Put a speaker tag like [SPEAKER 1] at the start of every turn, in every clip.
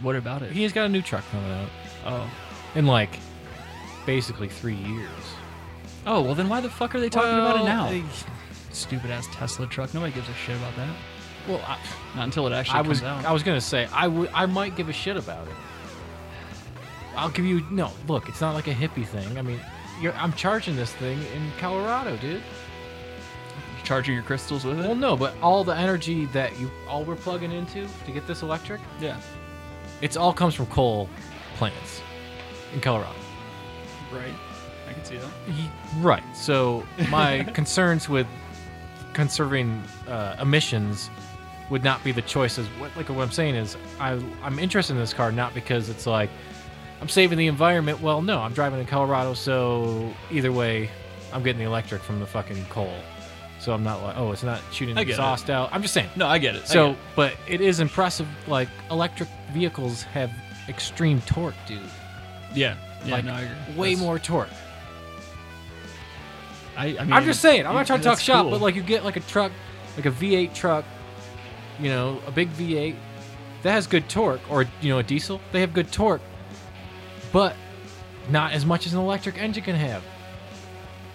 [SPEAKER 1] What about it?
[SPEAKER 2] He's got a new truck coming out
[SPEAKER 1] Oh.
[SPEAKER 2] in like basically three years.
[SPEAKER 1] Oh, well, then why the fuck are they talking about it
[SPEAKER 2] Well,
[SPEAKER 1] now?
[SPEAKER 2] I-
[SPEAKER 1] Stupid ass Tesla truck. Nobody gives a shit about that.
[SPEAKER 2] well, I,
[SPEAKER 1] Not until it actually
[SPEAKER 2] I
[SPEAKER 1] comes
[SPEAKER 2] was
[SPEAKER 1] out.
[SPEAKER 2] I was gonna say I would I might give a shit about it. I'll give you no. Look, it's not like a hippie thing. I mean, you're, I'm charging this thing in Colorado, dude.
[SPEAKER 1] Charging your crystals with it?
[SPEAKER 2] Well, no, but all the energy that you all we're plugging into to get this electric,
[SPEAKER 1] yeah.
[SPEAKER 2] it's all comes from coal plants in Colorado.
[SPEAKER 1] Right. I can see that.
[SPEAKER 2] Ye- Right. So my concerns with conserving uh, emissions would not be the choices. What, like what I'm saying is, I I'm interested in this car not because it's like I'm saving the environment. Well, no, I'm driving in Colorado, so either way, I'm getting the electric from the fucking coal. So I'm not like, oh, it's not shooting the
[SPEAKER 1] I get it.
[SPEAKER 2] exhaust out. I'm just saying.
[SPEAKER 1] No, I get it. I
[SPEAKER 2] So,
[SPEAKER 1] get it.
[SPEAKER 2] but it is impressive. Like electric vehicles have extreme torque, dude.
[SPEAKER 1] yeah. Yeah,
[SPEAKER 2] like
[SPEAKER 1] no, I agree.
[SPEAKER 2] way
[SPEAKER 1] That's-
[SPEAKER 2] more torque.
[SPEAKER 1] I, I mean,
[SPEAKER 2] I'm just saying. I'm
[SPEAKER 1] you-
[SPEAKER 2] not trying to talk
[SPEAKER 1] that's
[SPEAKER 2] shop,
[SPEAKER 1] cool.
[SPEAKER 2] but like you get like a truck, like a V8 truck, you know, a big V8 that has good torque, or you know, a diesel. They have good torque, but not as much as an electric engine can have.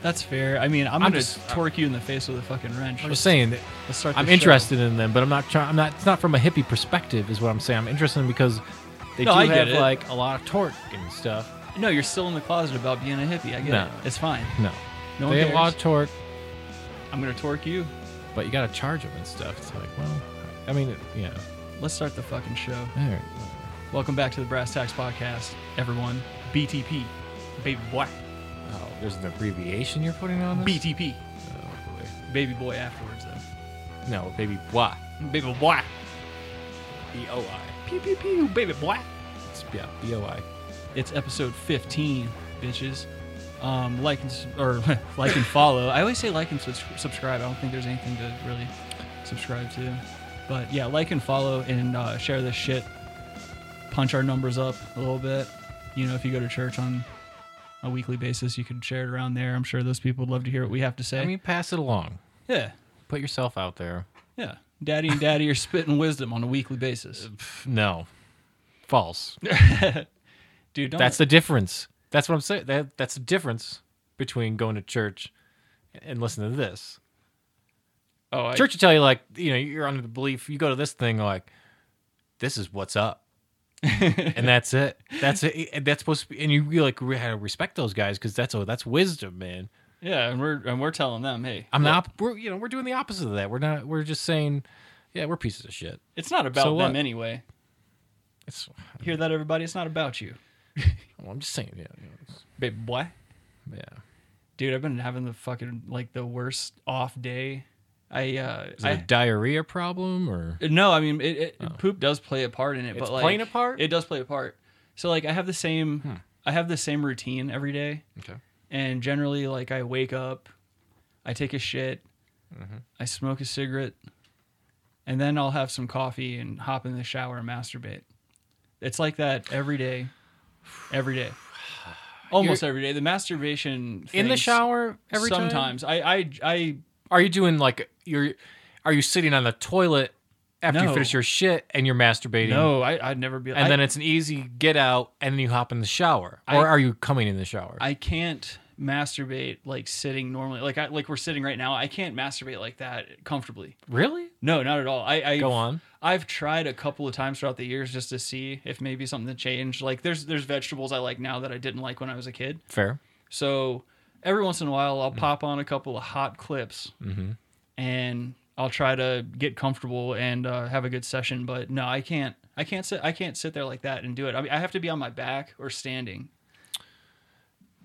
[SPEAKER 1] That's fair. I mean, I'm,
[SPEAKER 2] I'm
[SPEAKER 1] gonna
[SPEAKER 2] just- uh,
[SPEAKER 1] torque you in the face with a fucking wrench.
[SPEAKER 2] I'm just saying that
[SPEAKER 1] Let's start.
[SPEAKER 2] I'm
[SPEAKER 1] this show.
[SPEAKER 2] interested in them, but I'm not trying. I'm not. It's not from a hippie perspective, is what I'm saying. I'm interested in them because they
[SPEAKER 1] No,
[SPEAKER 2] do
[SPEAKER 1] I get
[SPEAKER 2] have
[SPEAKER 1] it.
[SPEAKER 2] like a lot of torque and stuff.
[SPEAKER 1] No, you're still in the closet about being a hippie. I get
[SPEAKER 2] No.
[SPEAKER 1] it. It's fine.
[SPEAKER 2] No,
[SPEAKER 1] No one
[SPEAKER 2] they have a lot
[SPEAKER 1] cares.
[SPEAKER 2] of torque,
[SPEAKER 1] I'm gonna torque you.
[SPEAKER 2] but you got to charge them and stuff. It's like, well, I mean, it, yeah.
[SPEAKER 1] Let's start the fucking show.
[SPEAKER 2] All right.
[SPEAKER 1] Welcome back to the Brass Tax Podcast, everyone. BTP, baby boy.
[SPEAKER 2] Oh, there's an abbreviation you're putting on this.
[SPEAKER 1] BTP,
[SPEAKER 2] Oh, boy.
[SPEAKER 1] baby boy. Afterwards, though.
[SPEAKER 2] No, baby bois.
[SPEAKER 1] Baby boy.
[SPEAKER 2] B O I.
[SPEAKER 1] Pew pew pew. Baby boy.
[SPEAKER 2] It's yeah, B O I.
[SPEAKER 1] It's episode 15, bitches. Um, like and s- or like and follow. I always say like and subs- subscribe. I don't think there's anything to really subscribe to, but yeah, like and follow and uh, share this shit. Punch our numbers up a little bit. You know, if you go to church on a weekly basis, you could share it around there. I'm sure those people would love to hear what we have to say.
[SPEAKER 2] I mean, pass it along.
[SPEAKER 1] yeah,
[SPEAKER 2] Put yourself out there.
[SPEAKER 1] yeah. Daddy and Daddy are spitting wisdom on a weekly basis,
[SPEAKER 2] Pff, No, false.
[SPEAKER 1] dude. Don't,
[SPEAKER 2] That's the difference. That's what I'm saying. That that's the difference between going to church and listening to this.
[SPEAKER 1] oh, I-
[SPEAKER 2] Church will tell you like you know you're under the belief you go to this thing like this is what's up, and that's it. That's it. And that's supposed to be. And you you, like re- had to respect those guys because that's oh that's wisdom, man.
[SPEAKER 1] Yeah, and we're and we're telling them, hey,
[SPEAKER 2] I'm not. We're you know we're doing the opposite of that. We're not. We're just saying, yeah, we're pieces of shit.
[SPEAKER 1] It's not about
[SPEAKER 2] So
[SPEAKER 1] them
[SPEAKER 2] what?
[SPEAKER 1] anyway.
[SPEAKER 2] It's.
[SPEAKER 1] Hear that, everybody? It's not about you,
[SPEAKER 2] Well, I'm just saying. Yeah. you know, it's-
[SPEAKER 1] baby boy.
[SPEAKER 2] yeah.
[SPEAKER 1] Dude, I've been having the fucking like the worst off day. I uh,
[SPEAKER 2] Is it a
[SPEAKER 1] I
[SPEAKER 2] diarrhea problem or?
[SPEAKER 1] no, I mean it, it poop does play a part in it,
[SPEAKER 2] It's
[SPEAKER 1] but like
[SPEAKER 2] playing a part?
[SPEAKER 1] It does play a part. So like I have the same I have the same routine every day,
[SPEAKER 2] Okay.
[SPEAKER 1] and generally like I wake up, I take a shit,
[SPEAKER 2] Mm-hmm.
[SPEAKER 1] I smoke a cigarette, and then I'll have some coffee and hop in the shower and masturbate. It's like that every day, every day. Almost every day. The masturbation
[SPEAKER 2] In the
[SPEAKER 1] things-
[SPEAKER 2] shower every time?
[SPEAKER 1] sometimes I I I
[SPEAKER 2] Are you doing like you're? Are you sitting on the toilet after you
[SPEAKER 1] No.
[SPEAKER 2] finish your shit and you're masturbating?
[SPEAKER 1] no I I'd never be
[SPEAKER 2] And
[SPEAKER 1] I,
[SPEAKER 2] then it's an easy get out, and then you hop in the shower,
[SPEAKER 1] I-
[SPEAKER 2] or are you coming in the shower?
[SPEAKER 1] I can't masturbate like sitting normally like I like we're sitting right now I can't masturbate like that comfortably
[SPEAKER 2] really?
[SPEAKER 1] no not at all I I
[SPEAKER 2] Go on.
[SPEAKER 1] I've tried a couple of times throughout the years just to see if maybe something changed like there's there's vegetables I like now that I didn't like when I was a kid
[SPEAKER 2] Fair.
[SPEAKER 1] so every once in a while
[SPEAKER 2] Mm.
[SPEAKER 1] I'll pop on a couple of hot clips
[SPEAKER 2] Mm-hmm.
[SPEAKER 1] and I'll try to get comfortable and uh, have a good session. But no, I can't. I can't sit. I can't sit there like that and do it. I, mean, I have to be on my back or standing.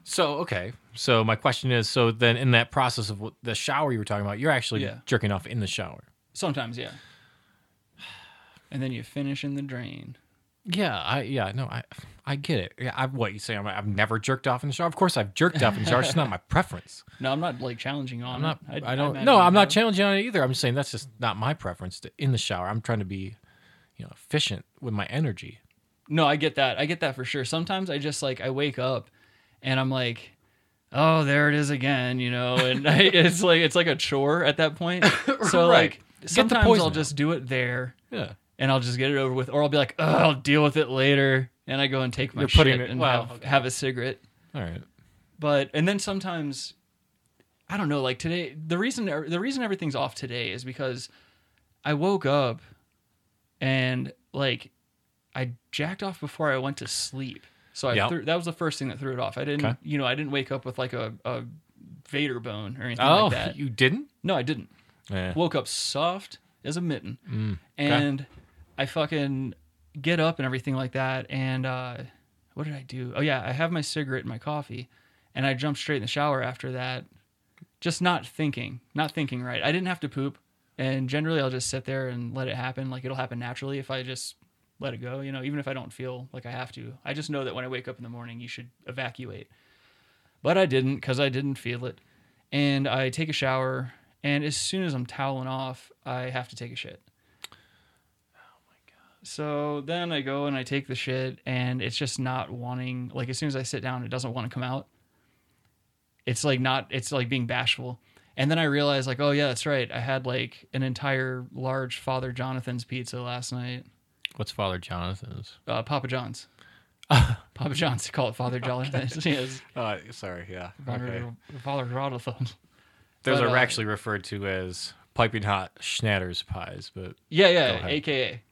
[SPEAKER 2] So okay. So my question is: so then in that process of what- the shower you were talking about, you're actually
[SPEAKER 1] Yeah.
[SPEAKER 2] jerking off in the shower.
[SPEAKER 1] Sometimes, yeah. And then you finish in the drain.
[SPEAKER 2] Yeah, I yeah no I I get it. Yeah, I what you say? I'm, I've never jerked off in the shower. Of course, I've jerked off in the shower. It's just not my preference.
[SPEAKER 1] No, I'm not like challenging on.
[SPEAKER 2] I'm not.
[SPEAKER 1] it.
[SPEAKER 2] I, don't.
[SPEAKER 1] imagine
[SPEAKER 2] no, I'm
[SPEAKER 1] you
[SPEAKER 2] not
[SPEAKER 1] have.
[SPEAKER 2] challenging on it either. I'm just saying that's just not my preference to, in the shower. I'm trying to be, you know, efficient with my energy.
[SPEAKER 1] No, I get that. I get that for sure. Sometimes I just like I wake up and I'm like, oh, there it is again, you know, and I, it's like it's like a chore at that point. So like
[SPEAKER 2] Right. Get the
[SPEAKER 1] sometimes
[SPEAKER 2] poison
[SPEAKER 1] I'll
[SPEAKER 2] out.
[SPEAKER 1] just do it there,
[SPEAKER 2] Yeah.
[SPEAKER 1] and I'll just get it over with, or I'll be like, "Ugh, I'll deal with it later, and I go and take my
[SPEAKER 2] You're
[SPEAKER 1] shit
[SPEAKER 2] putting it-
[SPEAKER 1] and
[SPEAKER 2] wow,
[SPEAKER 1] have,
[SPEAKER 2] okay.
[SPEAKER 1] have a cigarette.
[SPEAKER 2] All right.
[SPEAKER 1] But and then sometimes, I don't know. Like today, the reason the reason everything's off today is because I woke up and like I jacked off before I went to sleep. So I
[SPEAKER 2] Yep.
[SPEAKER 1] threw, that was the first thing that threw it off. I didn't,
[SPEAKER 2] Okay.
[SPEAKER 1] you know, I didn't wake up with like a, a Vader bone or anything
[SPEAKER 2] Oh,
[SPEAKER 1] like that.
[SPEAKER 2] you didn't?
[SPEAKER 1] No, I didn't
[SPEAKER 2] Yeah.
[SPEAKER 1] woke up soft as a mitten
[SPEAKER 2] Mm, okay.
[SPEAKER 1] and i fucking get up and everything like that and uh what did i do oh yeah i have my cigarette and my coffee and i jumped straight in the shower after that just not thinking not thinking right i didn't have to poop and generally i'll just sit there and let it happen like it'll happen naturally if i just let it go you know even if i don't feel like i have to i just know that when i wake up in the morning you should evacuate but I didn't because I didn't feel it. And I take a shower, and as soon as I'm toweling off, I have to take a shit. So then I go and I take the shit, and it's just not wanting. Like as soon as I sit down, it doesn't want to come out. It's like not. It's like being bashful. And then I realize, like, oh yeah, that's right. I had like an entire large Father Jonathan's pizza last night.
[SPEAKER 2] What's Father Jonathan's?
[SPEAKER 1] Uh, Papa John's. Papa John's. they Call it Father Jonathan's. Yes.
[SPEAKER 2] Uh, sorry, yeah.
[SPEAKER 1] Father, Father Jonathan's.
[SPEAKER 2] Those
[SPEAKER 1] But,
[SPEAKER 2] are
[SPEAKER 1] uh,
[SPEAKER 2] actually referred to as piping hot Schnatters pies, but
[SPEAKER 1] Yeah,
[SPEAKER 2] Go
[SPEAKER 1] yeah,
[SPEAKER 2] ahead.
[SPEAKER 1] AKA.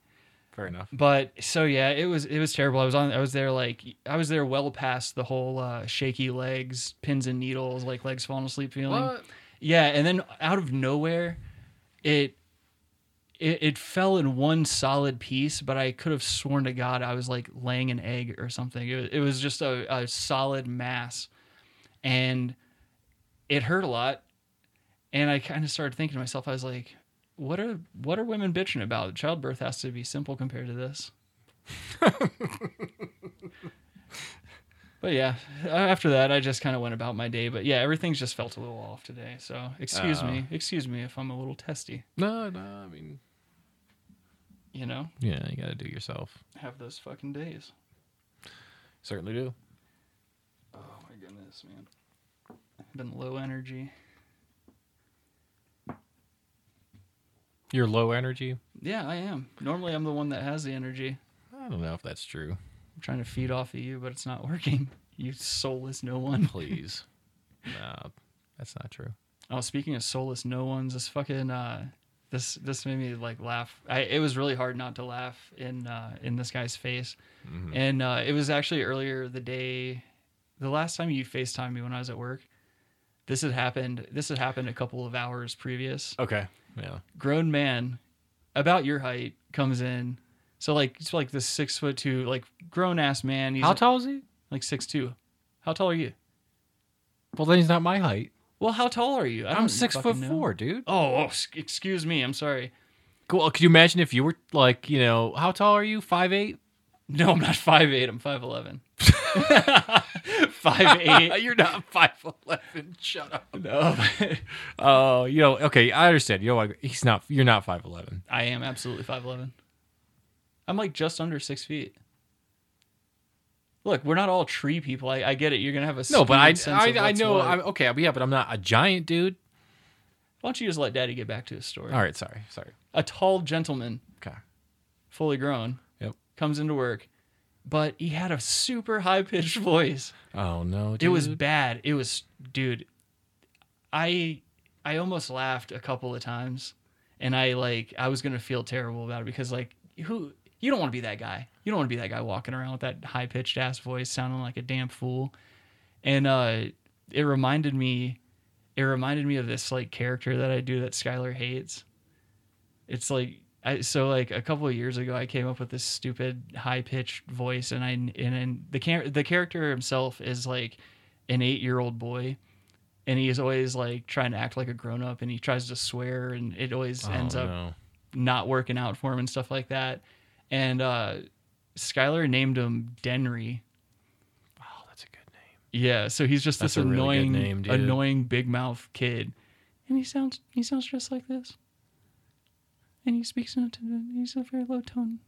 [SPEAKER 2] fair enough.
[SPEAKER 1] But so yeah, it was it was terrible. I was on I was there like I was there well past the whole uh, shaky legs, pins and needles, like legs falling asleep feeling. Yeah, and then out of nowhere, it, it it fell in one solid piece. But I could have sworn to God I was like laying an egg or something. It, was- it was just a, a solid mass, and it hurt a lot. And I kind of started thinking to myself, I was like, "What are what are women bitching about? Childbirth has to be simple compared to this." But yeah, after that, I just kind of went about my day. But yeah, everything's just felt a little off today. So excuse
[SPEAKER 2] Oh.
[SPEAKER 1] me, excuse me if I'm a little testy.
[SPEAKER 2] No, no, I mean,
[SPEAKER 1] You know,
[SPEAKER 2] yeah, you got to do it yourself.
[SPEAKER 1] have those fucking days.
[SPEAKER 2] Certainly do.
[SPEAKER 1] Oh my goodness, man. Been low energy.
[SPEAKER 2] You're low energy.
[SPEAKER 1] Yeah, I am. Normally, I'm the one that has the energy.
[SPEAKER 2] I don't know if that's true.
[SPEAKER 1] I'm trying to feed off of you, but it's not working. You soulless no one.
[SPEAKER 2] Please, no, that's not true.
[SPEAKER 1] Oh, speaking of soulless no ones, this fucking uh, this this made me like laugh. I it was really hard not to laugh in uh, in this guy's face, and uh, it was actually earlier the day, the last time you Facetime me when I was at work. This had happened. This had happened a couple of hours previous.
[SPEAKER 2] Okay. Yeah.
[SPEAKER 1] Grown man, about your height, comes in. So like it's like this six foot two like grown ass man. He's
[SPEAKER 2] How tall is he?
[SPEAKER 1] like six two. How tall are you?
[SPEAKER 2] Well, then he's not my height.
[SPEAKER 1] Well, how tall are you? I
[SPEAKER 2] I'm six foot
[SPEAKER 1] fucking know.
[SPEAKER 2] four, dude.
[SPEAKER 1] Oh, oh, s- excuse me. I'm sorry.
[SPEAKER 2] Cool. Could you imagine if you were like, you know, how tall are you? Five eight.
[SPEAKER 1] No, I'm not five eight. I'm 5'11. 5'8.
[SPEAKER 2] You're not five eleven. Shut up.
[SPEAKER 1] No,
[SPEAKER 2] Oh, you know. Okay, I understand. You know, like, he's not. You're not five eleven.
[SPEAKER 1] I am absolutely 5'11. I'm like just under six feet. Look, we're not all tree people. I, I get it. You're going to have a
[SPEAKER 2] No, but I,
[SPEAKER 1] skewed sense of
[SPEAKER 2] I, I
[SPEAKER 1] what's
[SPEAKER 2] know.
[SPEAKER 1] what.
[SPEAKER 2] I'm, okay, yeah, but I'm not a giant dude.
[SPEAKER 1] Why don't you just let daddy get back to his story?
[SPEAKER 2] All right, sorry, sorry.
[SPEAKER 1] A tall gentleman,
[SPEAKER 2] Okay.
[SPEAKER 1] fully grown,
[SPEAKER 2] Yep.
[SPEAKER 1] comes into work, but he had a super high pitched voice.
[SPEAKER 2] Oh no,
[SPEAKER 1] It was
[SPEAKER 2] dude.
[SPEAKER 1] bad. It was dude. I I almost laughed a couple of times and I like I was going to feel terrible about it because like who you don't want to be that guy. You don't want to be that guy walking around with that high-pitched ass voice sounding like a damn fool. And uh it reminded me it reminded me of this like character that I do that Skylar hates. It's like I, so like a couple of years ago, I came up with this stupid high pitched voice, and I and, and the char- the character himself is like an eight year old boy, and he is always like trying to act like a grown up, and he tries to swear, and it always
[SPEAKER 2] Oh,
[SPEAKER 1] ends up
[SPEAKER 2] no.
[SPEAKER 1] not working out for him and stuff like that. And uh, Skylar named him Denry.
[SPEAKER 2] Oh, that's a good name.
[SPEAKER 1] Yeah, so he's just
[SPEAKER 2] That's
[SPEAKER 1] this
[SPEAKER 2] a really good
[SPEAKER 1] annoying,
[SPEAKER 2] name, dude.
[SPEAKER 1] annoying big mouth kid, and he sounds he sounds just like this, and he speaks in a t- he's a very low tone,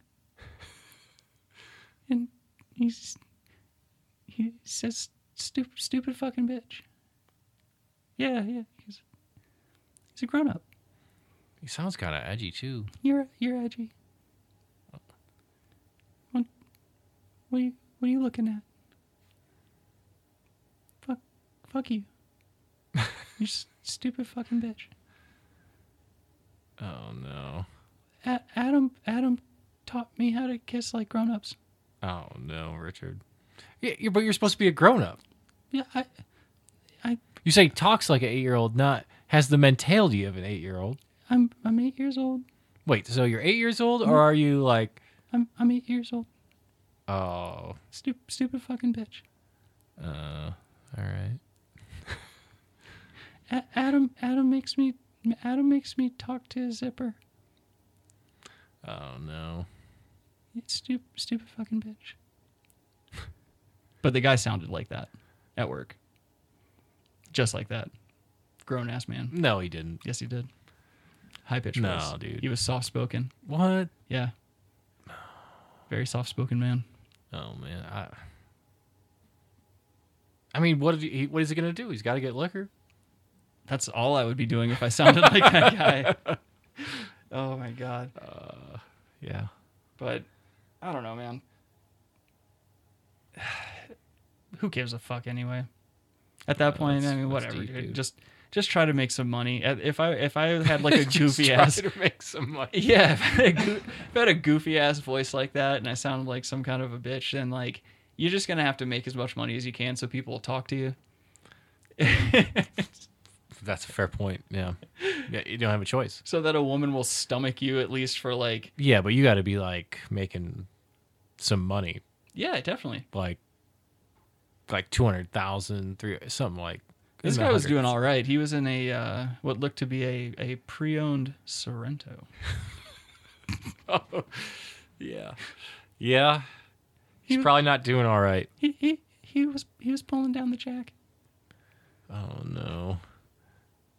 [SPEAKER 1] and he's he says stupid stupid fucking bitch. Yeah, yeah, he's he's a grown up.
[SPEAKER 2] He sounds kind of edgy too.
[SPEAKER 1] You're you're edgy. What are you What are you looking at? Fuck, fuck you. you s- stupid fucking bitch.
[SPEAKER 2] Oh no.
[SPEAKER 1] A- Adam Adam taught me how to kiss like grown-ups.
[SPEAKER 2] Oh no, Richard. Yeah, you- but you're supposed to be a grown up.
[SPEAKER 1] Yeah, I
[SPEAKER 2] You say talks like an eight year old, not has the mentality of an eight year old.
[SPEAKER 1] I'm I'm 8 years old.
[SPEAKER 2] Wait, so you're eight years old, or are you like,
[SPEAKER 1] I'm I'm 8 years old.
[SPEAKER 2] oh,
[SPEAKER 1] Stupid stupid fucking bitch.
[SPEAKER 2] uh, all right.
[SPEAKER 1] A- Adam Adam makes me Adam makes me talk to his zipper.
[SPEAKER 2] Oh no.
[SPEAKER 1] Stupid stupid fucking bitch. but the guy sounded like that at work. Just like that. Grown ass man.
[SPEAKER 2] No, he didn't.
[SPEAKER 1] Yes, he did. High pitched
[SPEAKER 2] No,
[SPEAKER 1] voice.
[SPEAKER 2] dude.
[SPEAKER 1] He was soft spoken.
[SPEAKER 2] What?
[SPEAKER 1] Yeah. Very soft spoken man.
[SPEAKER 2] Oh man. I, I mean, what, did he, what is he gonna do? He's got to get liquor.
[SPEAKER 1] That's all I would be doing if I sounded like that guy. Oh my god.
[SPEAKER 2] Yeah.
[SPEAKER 1] But I don't know, man. Who gives a fuck anyway? At that
[SPEAKER 2] Uh,
[SPEAKER 1] point, I
[SPEAKER 2] that's-
[SPEAKER 1] mean,
[SPEAKER 2] that's
[SPEAKER 1] whatever.
[SPEAKER 2] deep,
[SPEAKER 1] dude.
[SPEAKER 2] dude.
[SPEAKER 1] Just just try to make some money. Uh, If I if I had like a goofy ass
[SPEAKER 2] to make some money.
[SPEAKER 1] yeah, if I, had a goo- if I had a goofy ass voice like that and I sounded like some kind of a bitch, then like you're just gonna have to make as much money as you can so people will talk to you.
[SPEAKER 2] That's a fair point. Yeah. Yeah, you don't have a choice.
[SPEAKER 1] so that a woman will stomach you at least for like
[SPEAKER 2] Yeah, but you got to be like making some money,
[SPEAKER 1] yeah, definitely.
[SPEAKER 2] like like two hundred thousand, three something like.
[SPEAKER 1] This
[SPEAKER 2] in the
[SPEAKER 1] guy was doing
[SPEAKER 2] hundreds.
[SPEAKER 1] all right. He was in a uh, what looked to be a, a pre-owned Sorrento.
[SPEAKER 2] Yeah. Yeah. He's
[SPEAKER 1] He-
[SPEAKER 2] probably not doing all right.
[SPEAKER 1] He, he he was he was pulling down the jack.
[SPEAKER 2] Oh no.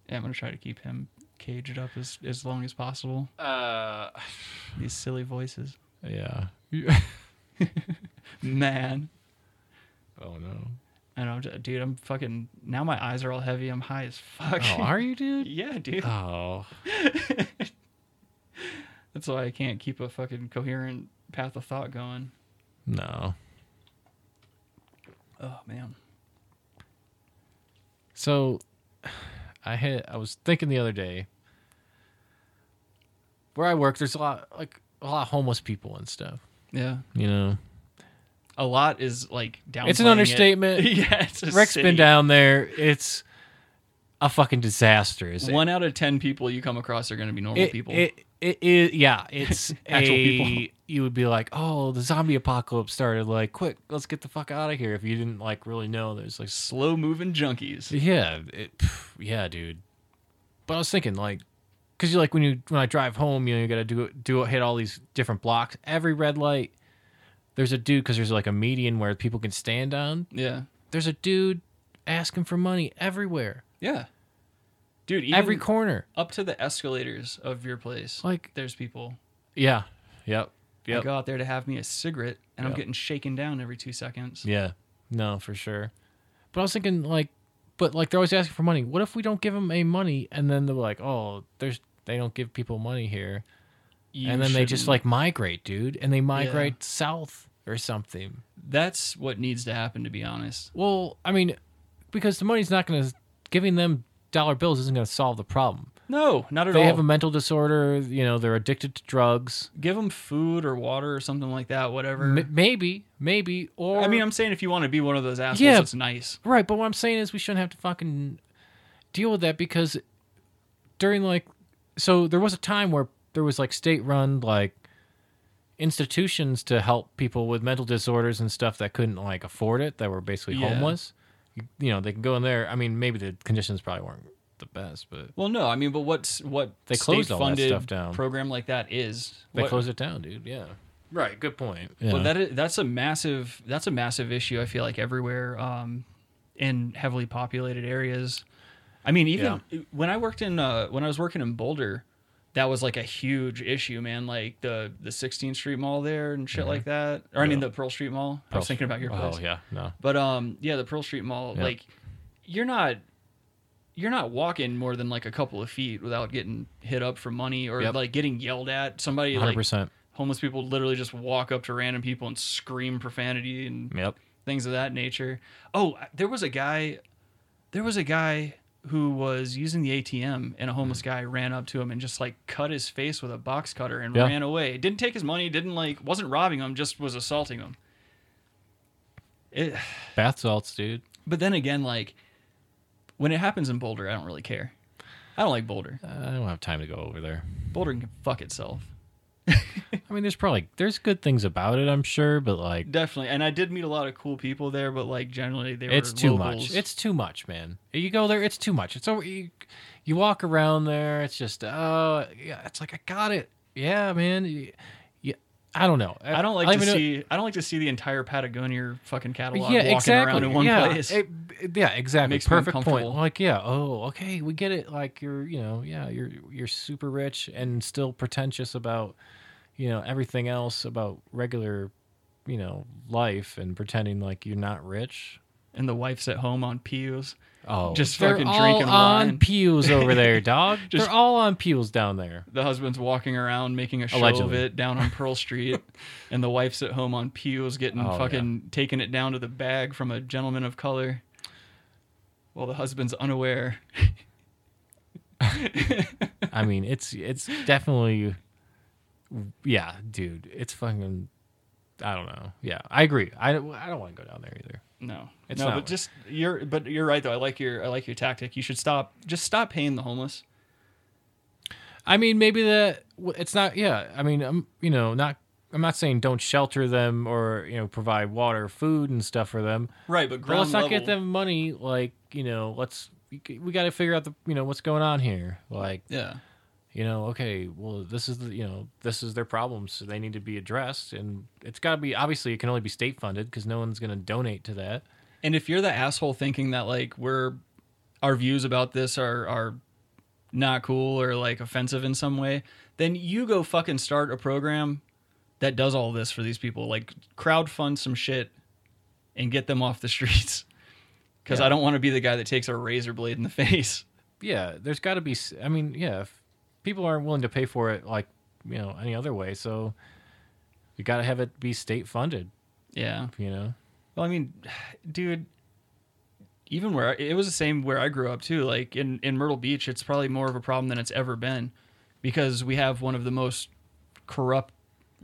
[SPEAKER 1] Yeah, I'm gonna try to keep him caged up as, as long as possible.
[SPEAKER 2] Uh.
[SPEAKER 1] These silly voices,
[SPEAKER 2] Yeah.
[SPEAKER 1] man.
[SPEAKER 2] oh no.
[SPEAKER 1] I know, dude. I'm fucking now. My eyes are all heavy. I'm high as fuck.
[SPEAKER 2] Oh, are you, dude?
[SPEAKER 1] yeah, dude.
[SPEAKER 2] Oh.
[SPEAKER 1] That's why I can't keep a fucking coherent path of thought going.
[SPEAKER 2] No.
[SPEAKER 1] Oh man.
[SPEAKER 2] So, I had I was thinking the other day. Where I work, there's a lot like a lot of homeless people and stuff.
[SPEAKER 1] Yeah.
[SPEAKER 2] You know,
[SPEAKER 1] A lot is like down.
[SPEAKER 2] It's an understatement.
[SPEAKER 1] yeah. It's a
[SPEAKER 2] Rick's been
[SPEAKER 1] city.
[SPEAKER 2] down there. It's a fucking disaster. Is
[SPEAKER 1] One out of ten people you come across are going to be normal
[SPEAKER 2] it,
[SPEAKER 1] people.
[SPEAKER 2] It, it, it, yeah, it's
[SPEAKER 1] Actual
[SPEAKER 2] a,
[SPEAKER 1] people.
[SPEAKER 2] You would be like, oh, the zombie apocalypse started. Like, quick, let's get the fuck out of here. If you didn't like really know, there's like, s-
[SPEAKER 1] Slow moving junkies.
[SPEAKER 2] yeah, it, pff, yeah, dude. But I was thinking like, cause you like when you when I drive home, you know, you gotta do do hit all these different blocks. Every red light, there's a dude. Cause there's like a median where people can stand on.
[SPEAKER 1] Yeah.
[SPEAKER 2] There's a dude asking for money everywhere,
[SPEAKER 1] Yeah. Dude, even
[SPEAKER 2] every corner.
[SPEAKER 1] up to the escalators of your place,
[SPEAKER 2] Like,
[SPEAKER 1] there's people.
[SPEAKER 2] yeah, yep,
[SPEAKER 1] I go out there to have me a cigarette, and I'm
[SPEAKER 2] Yep.
[SPEAKER 1] getting shaken down every two seconds.
[SPEAKER 2] Yeah. No, for sure. But I was thinking like, but like they're always asking for money. What if we don't give them any money and then they're like, oh, there's they don't give people money here,
[SPEAKER 1] You
[SPEAKER 2] and then they just
[SPEAKER 1] shouldn't-
[SPEAKER 2] like migrate, dude, and they migrate south or something.
[SPEAKER 1] that's what needs to happen. To be honest,
[SPEAKER 2] Well, I mean, because the money's not gonna giving them dollar bills isn't gonna solve the problem.
[SPEAKER 1] no, not at
[SPEAKER 2] They
[SPEAKER 1] all.
[SPEAKER 2] have a mental disorder. You know, they're addicted to drugs.
[SPEAKER 1] Give them food or water or something like that. Whatever.
[SPEAKER 2] M- maybe, maybe, or
[SPEAKER 1] I mean, I'm saying if you want to be one of those assholes,
[SPEAKER 2] Yeah.
[SPEAKER 1] it's nice.
[SPEAKER 2] Right, but what I'm saying is we shouldn't have to fucking deal with that because during like so there was a time where there was like state run like institutions to help people with mental disorders and stuff that couldn't like afford it that were basically
[SPEAKER 1] Yeah.
[SPEAKER 2] homeless. You, you know, they can go in there. I mean, maybe the conditions probably weren't the best, but
[SPEAKER 1] Well, no, I mean, but what's what
[SPEAKER 2] They closed all that
[SPEAKER 1] state-funded
[SPEAKER 2] stuff down.
[SPEAKER 1] program like that is
[SPEAKER 2] they
[SPEAKER 1] what-
[SPEAKER 2] closed it down, dude. Yeah. Right, good point. Yeah.
[SPEAKER 1] Well, that is, that's a massive that's a massive issue. I feel like everywhere um, in heavily populated areas. I mean, even when I worked in uh, when I was working in Boulder, that was like a huge issue, man. Like the the 16th Street Mall there and
[SPEAKER 2] Mm-hmm.
[SPEAKER 1] shit like that. Or I mean, the Pearl Street Mall. I was thinking about your place.
[SPEAKER 2] Oh, yeah. No.
[SPEAKER 1] But um, yeah, the Pearl Street Mall.
[SPEAKER 2] Yeah.
[SPEAKER 1] Like, you're not you're not walking more than like a couple of feet without getting hit up for money or
[SPEAKER 2] Yep.
[SPEAKER 1] like getting yelled at. Somebody like
[SPEAKER 2] 100%.
[SPEAKER 1] homeless people literally just walk up to random people and scream profanity and
[SPEAKER 2] Yep.
[SPEAKER 1] things of that nature. Oh, there was a guy, there was a guy who was using the ATM, and a homeless guy ran up to him and just like cut his face with a box cutter and
[SPEAKER 2] Yeah.
[SPEAKER 1] ran away. Didn't take his money. Didn't like wasn't robbing him. Just was assaulting him. It,
[SPEAKER 2] Bath salts, dude.
[SPEAKER 1] but then again, like when it happens in Boulder, I don't really care. I don't like Boulder.
[SPEAKER 2] I don't have time to go over there.
[SPEAKER 1] Boulder can fuck itself.
[SPEAKER 2] I mean, there's probably there's good things about it, I'm sure, but like
[SPEAKER 1] Definitely. And I did meet a lot of cool people there, but like generally they were
[SPEAKER 2] it's too
[SPEAKER 1] locals.
[SPEAKER 2] much. It's too much, man. You go there, it's too much. It's over. You, you walk around there, it's just oh yeah. It's like I got it. Yeah, man. Y- Yeah, I don't know.
[SPEAKER 1] I don't like
[SPEAKER 2] even
[SPEAKER 1] to
[SPEAKER 2] know-
[SPEAKER 1] see. I don't like to see the entire Patagonia fucking catalog
[SPEAKER 2] yeah,
[SPEAKER 1] walking
[SPEAKER 2] exactly.
[SPEAKER 1] around in one
[SPEAKER 2] yeah,
[SPEAKER 1] place.
[SPEAKER 2] it- it- yeah, exactly.
[SPEAKER 1] Makes me
[SPEAKER 2] Perfect point.
[SPEAKER 1] uncomfortable.
[SPEAKER 2] Like, yeah, oh, okay, we get it. Like, you're, you know, yeah, you're, you're super rich and still pretentious about, you know, everything else about regular, you know, life and pretending like you're not rich.
[SPEAKER 1] and the wife's at home on pews.
[SPEAKER 2] Oh,
[SPEAKER 1] Just
[SPEAKER 2] they're
[SPEAKER 1] fucking
[SPEAKER 2] all
[SPEAKER 1] drinking
[SPEAKER 2] on
[SPEAKER 1] wine.
[SPEAKER 2] pews over there, dog.
[SPEAKER 1] Just-
[SPEAKER 2] they're all on pews down there.
[SPEAKER 1] The husband's walking around making a show of
[SPEAKER 2] Allegedly.
[SPEAKER 1] it down on Pearl Street, and the wife's at home on pews getting
[SPEAKER 2] Oh, yeah.
[SPEAKER 1] fucking taking it down to the bag from a gentleman of color, while the husband's unaware.
[SPEAKER 2] I mean, it's it's definitely, yeah, dude. It's fucking. I don't know. Yeah, I agree. I, I don't want to go down there either.
[SPEAKER 1] No,
[SPEAKER 2] It's
[SPEAKER 1] no,
[SPEAKER 2] not
[SPEAKER 1] but
[SPEAKER 2] worth-
[SPEAKER 1] just you're. But you're right though. I like your. I like your tactic. You should stop. Just stop paying the homeless.
[SPEAKER 2] I mean, maybe the it's not. Yeah, I mean, I'm you know not. I'm not saying don't shelter them or you know provide water, food, and stuff for them.
[SPEAKER 1] Right, but
[SPEAKER 2] But let's not get them money. Like you know, let's we c- we got to figure out the you know what's going on here. Like
[SPEAKER 1] Yeah.
[SPEAKER 2] you know, okay, well this is the you know this is their problem, so they need to be addressed, and it's got to be obviously it can only be state funded because no one's going to donate to that.
[SPEAKER 1] And if you're the asshole thinking that like we're our views about this are are not cool or like offensive in some way, then you go fucking start a program that does all this for these people. Like crowdfund some shit and get them off the streets. Cuz
[SPEAKER 2] Yeah.
[SPEAKER 1] I don't want to be the guy that takes a razor blade in the face.
[SPEAKER 2] yeah, there's got to be. s- I mean, yeah, if people aren't willing to pay for it, like you know, any other way, so you got to have it be state funded.
[SPEAKER 1] Yeah.
[SPEAKER 2] You know,
[SPEAKER 1] Well, I mean, dude, even where I, it was the same where I grew up too. Like in in Myrtle Beach, it's probably more of a problem than it's ever been, because we have one of the most corrupt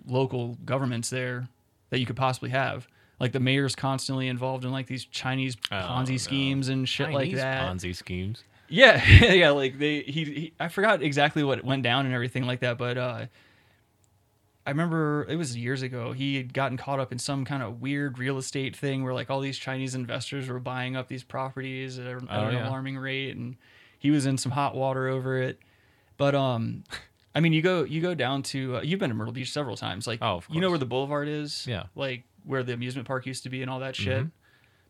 [SPEAKER 1] local governments there that you could possibly have. Like the mayor's constantly involved in like these Chinese
[SPEAKER 2] Oh,
[SPEAKER 1] Ponzi
[SPEAKER 2] no.
[SPEAKER 1] schemes and shit like
[SPEAKER 2] Chinese
[SPEAKER 1] that.
[SPEAKER 2] Ponzi schemes.
[SPEAKER 1] Yeah, yeah, like they he, he I forgot exactly what went down and everything like that, but uh I remember it was years ago. He had gotten caught up in some kind of weird real estate thing where like all these Chinese investors were buying up these properties at, a- at
[SPEAKER 2] Oh,
[SPEAKER 1] an
[SPEAKER 2] yeah.
[SPEAKER 1] alarming rate and he was in some hot water over it. But um I mean, you go you go down to uh, you've been to Myrtle Beach several times. Like
[SPEAKER 2] Oh, of
[SPEAKER 1] you know
[SPEAKER 2] course.
[SPEAKER 1] where the boulevard is?
[SPEAKER 2] Yeah.
[SPEAKER 1] Like where the amusement park used to be and all that shit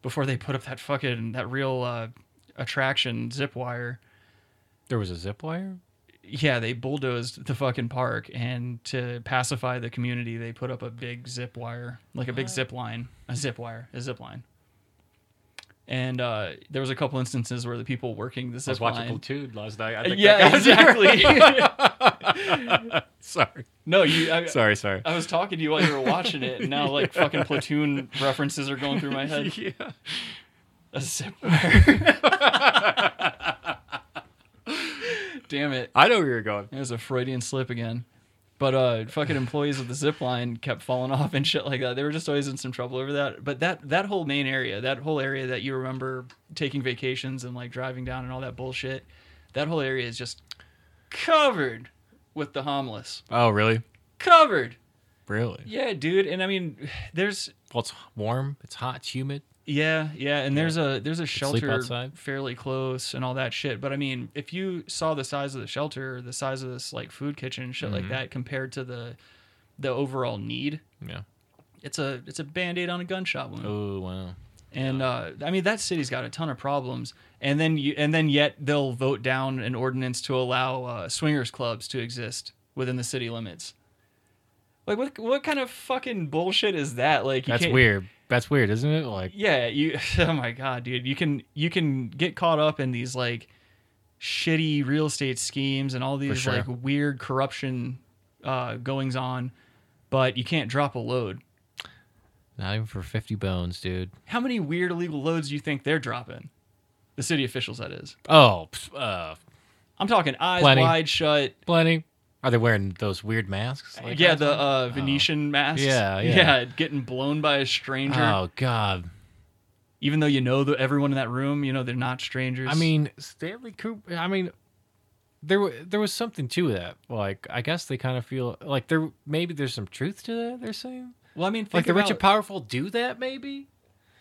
[SPEAKER 1] before they put up that fucking that real uh attraction zip wire
[SPEAKER 2] There was a zip wire.
[SPEAKER 1] yeah, they bulldozed the fucking park, and to pacify the community, they put up a big zip wire, like a big zip line, a zip wire, a zip line. And uh, there was a couple instances where the people working the zip line.
[SPEAKER 2] Platoon last night. I
[SPEAKER 1] Yeah, exactly.
[SPEAKER 2] sorry,
[SPEAKER 1] no, you. I,
[SPEAKER 2] sorry, sorry.
[SPEAKER 1] I was talking to you while you were watching it, and now like fucking platoon references are going through my head.
[SPEAKER 2] yeah.
[SPEAKER 1] A zip wire. Damn it.
[SPEAKER 2] I know where you're going.
[SPEAKER 1] It was a Freudian slip again. But uh, fucking employees of the zip line kept falling off and shit like that. They were just always in some trouble over that. But that that whole main area, that whole area that you remember taking vacations and like driving down and all that bullshit, that whole area is just covered with the homeless.
[SPEAKER 2] Oh, really?
[SPEAKER 1] Covered.
[SPEAKER 2] Really?
[SPEAKER 1] Yeah, dude. And I mean, there's
[SPEAKER 2] Well, it's warm. It's hot. It's humid.
[SPEAKER 1] yeah, yeah, and there's a there's a
[SPEAKER 2] sleep
[SPEAKER 1] shelter
[SPEAKER 2] outside.
[SPEAKER 1] fairly close and all that shit. But I mean, if you saw the size of the shelter, the size of this like food kitchen, and shit like
[SPEAKER 2] Mm-hmm.
[SPEAKER 1] that, compared to the the overall need,
[SPEAKER 2] Yeah.
[SPEAKER 1] it's a it's a band aid on a gunshot wound.
[SPEAKER 2] Oh, wow.
[SPEAKER 1] And uh, I mean, that city's got a ton of problems. And then you and then yet they'll vote down an ordinance to allow uh, swingers clubs to exist within the city limits. Like what what kind of fucking bullshit is that? Like you
[SPEAKER 2] That's
[SPEAKER 1] can't-
[SPEAKER 2] weird. That's weird, isn't it? Like,
[SPEAKER 1] yeah you oh my god dude you can you can get caught up in these like shitty real estate schemes and all these
[SPEAKER 2] sure.
[SPEAKER 1] like weird corruption uh goings on but you can't drop a load.
[SPEAKER 2] Not even for 50 bones, dude.
[SPEAKER 1] How many weird illegal loads do you think they're dropping? The city officials, that is.
[SPEAKER 2] Oh, pff, uh,
[SPEAKER 1] I'm talking eyes
[SPEAKER 2] Plenty.
[SPEAKER 1] wide shut.
[SPEAKER 2] plenty. Are they wearing those weird masks? like
[SPEAKER 1] yeah,
[SPEAKER 2] last
[SPEAKER 1] the
[SPEAKER 2] time?
[SPEAKER 1] uh, Venetian masks.
[SPEAKER 2] Oh. Yeah, yeah.
[SPEAKER 1] getting blown by a stranger.
[SPEAKER 2] Oh God!
[SPEAKER 1] Even though you know that everyone in that room, you know they're not strangers.
[SPEAKER 2] I mean, Stanley Cooper. I mean, there wa- there was something to that. Like, I guess they kind of feel like there maybe there's some truth to that. They're saying
[SPEAKER 1] well, I mean, think
[SPEAKER 2] like the rich
[SPEAKER 1] about-
[SPEAKER 2] and powerful do that. Maybe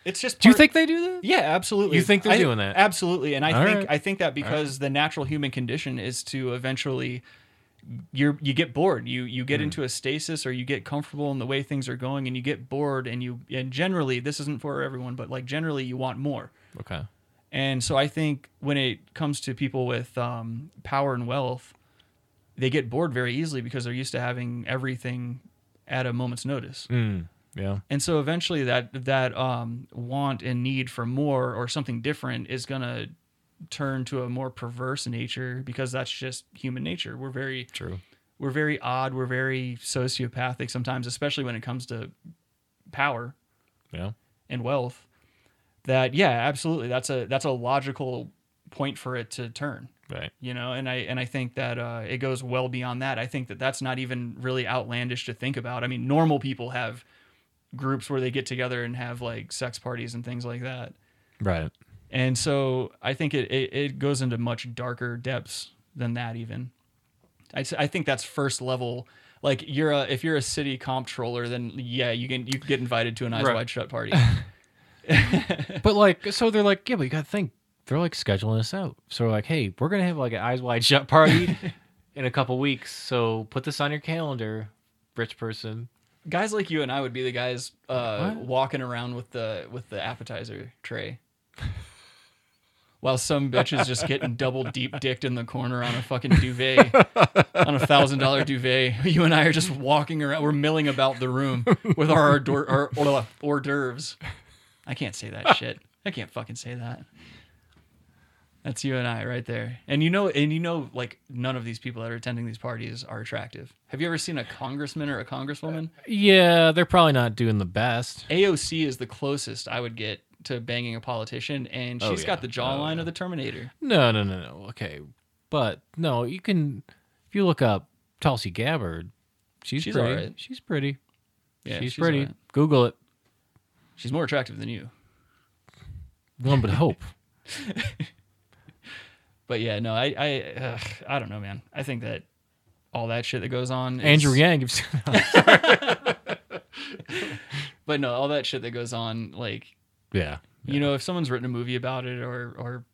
[SPEAKER 1] It's just.
[SPEAKER 2] do you
[SPEAKER 1] part-
[SPEAKER 2] think they do that?
[SPEAKER 1] Yeah, absolutely.
[SPEAKER 2] You think they're
[SPEAKER 1] I-
[SPEAKER 2] doing that?
[SPEAKER 1] Absolutely, and I
[SPEAKER 2] All
[SPEAKER 1] think
[SPEAKER 2] right.
[SPEAKER 1] I think that because the natural human condition is to eventually, you you get bored. You you
[SPEAKER 2] Hmm.
[SPEAKER 1] get into a stasis, or you get comfortable in the way things are going, and you get bored. And you and generally, this isn't for everyone, but like generally, you want more.
[SPEAKER 2] Okay.
[SPEAKER 1] And so I think when it comes to people with um, power and wealth, they get bored very easily because they're used to having everything at a moment's notice.
[SPEAKER 2] Mm, yeah.
[SPEAKER 1] And so eventually that that um, want and need for more or something different is gonna turn to a more perverse nature because that's just human nature. We're very
[SPEAKER 2] True.
[SPEAKER 1] we're very odd. We're very sociopathic sometimes, especially when it comes to power
[SPEAKER 2] Yeah.
[SPEAKER 1] and wealth. That yeah, absolutely. That's a that's a logical point for it to turn
[SPEAKER 2] Right.
[SPEAKER 1] you know and i and i think that uh, it goes well beyond that i think that that's not even really outlandish to think about i mean normal people have groups where they get together and have like sex parties and things like that
[SPEAKER 2] Right.
[SPEAKER 1] and so i think it it, it goes into much darker depths than that even I, s- I think that's first level like you're a if you're a city comptroller then yeah you can you can get invited to an eyes
[SPEAKER 2] Right.
[SPEAKER 1] wide shut party
[SPEAKER 2] But like, so they're like, yeah, but you got to think. They're like scheduling us out. So we're like, hey, we're gonna have like an eyes wide shut party in a couple weeks. So put this on your calendar, rich person.
[SPEAKER 1] guys like you and i would be the guys uh,
[SPEAKER 2] What?
[SPEAKER 1] walking around with the with the appetizer tray while some bitch is just getting double deep dicked in the corner on a fucking duvet on a thousand dollar duvet you and i are just walking around we're milling about the room with our hors, d'oeuvre- our hors- hors d'oeuvres i can't say that shit i can't fucking say that that's you and i right there and you know and you know like none of these people that are attending these parties are attractive have you ever seen a congressman or a congresswoman
[SPEAKER 2] Yeah, they're probably not doing the best.
[SPEAKER 1] AOC is the closest I would get to banging a politician, and she's
[SPEAKER 2] Oh, yeah.
[SPEAKER 1] got the jawline of the Terminator.
[SPEAKER 2] No, no, no, no. Okay, but no, you can. If you look up Tulsi Gabbard, she's,
[SPEAKER 1] She's
[SPEAKER 2] pretty.
[SPEAKER 1] alright.
[SPEAKER 2] She's pretty.
[SPEAKER 1] Yeah,
[SPEAKER 2] she's, pretty.
[SPEAKER 1] alright.
[SPEAKER 2] Google it.
[SPEAKER 1] She's more attractive than you.
[SPEAKER 2] One would hope.
[SPEAKER 1] But yeah, no, I, I, ugh, I don't know, man. I think that all that shit that goes on, is,
[SPEAKER 2] Andrew Yang. if-
[SPEAKER 1] But no, all that shit that goes on, like
[SPEAKER 2] yeah.
[SPEAKER 1] you know, if someone's written a movie about it or or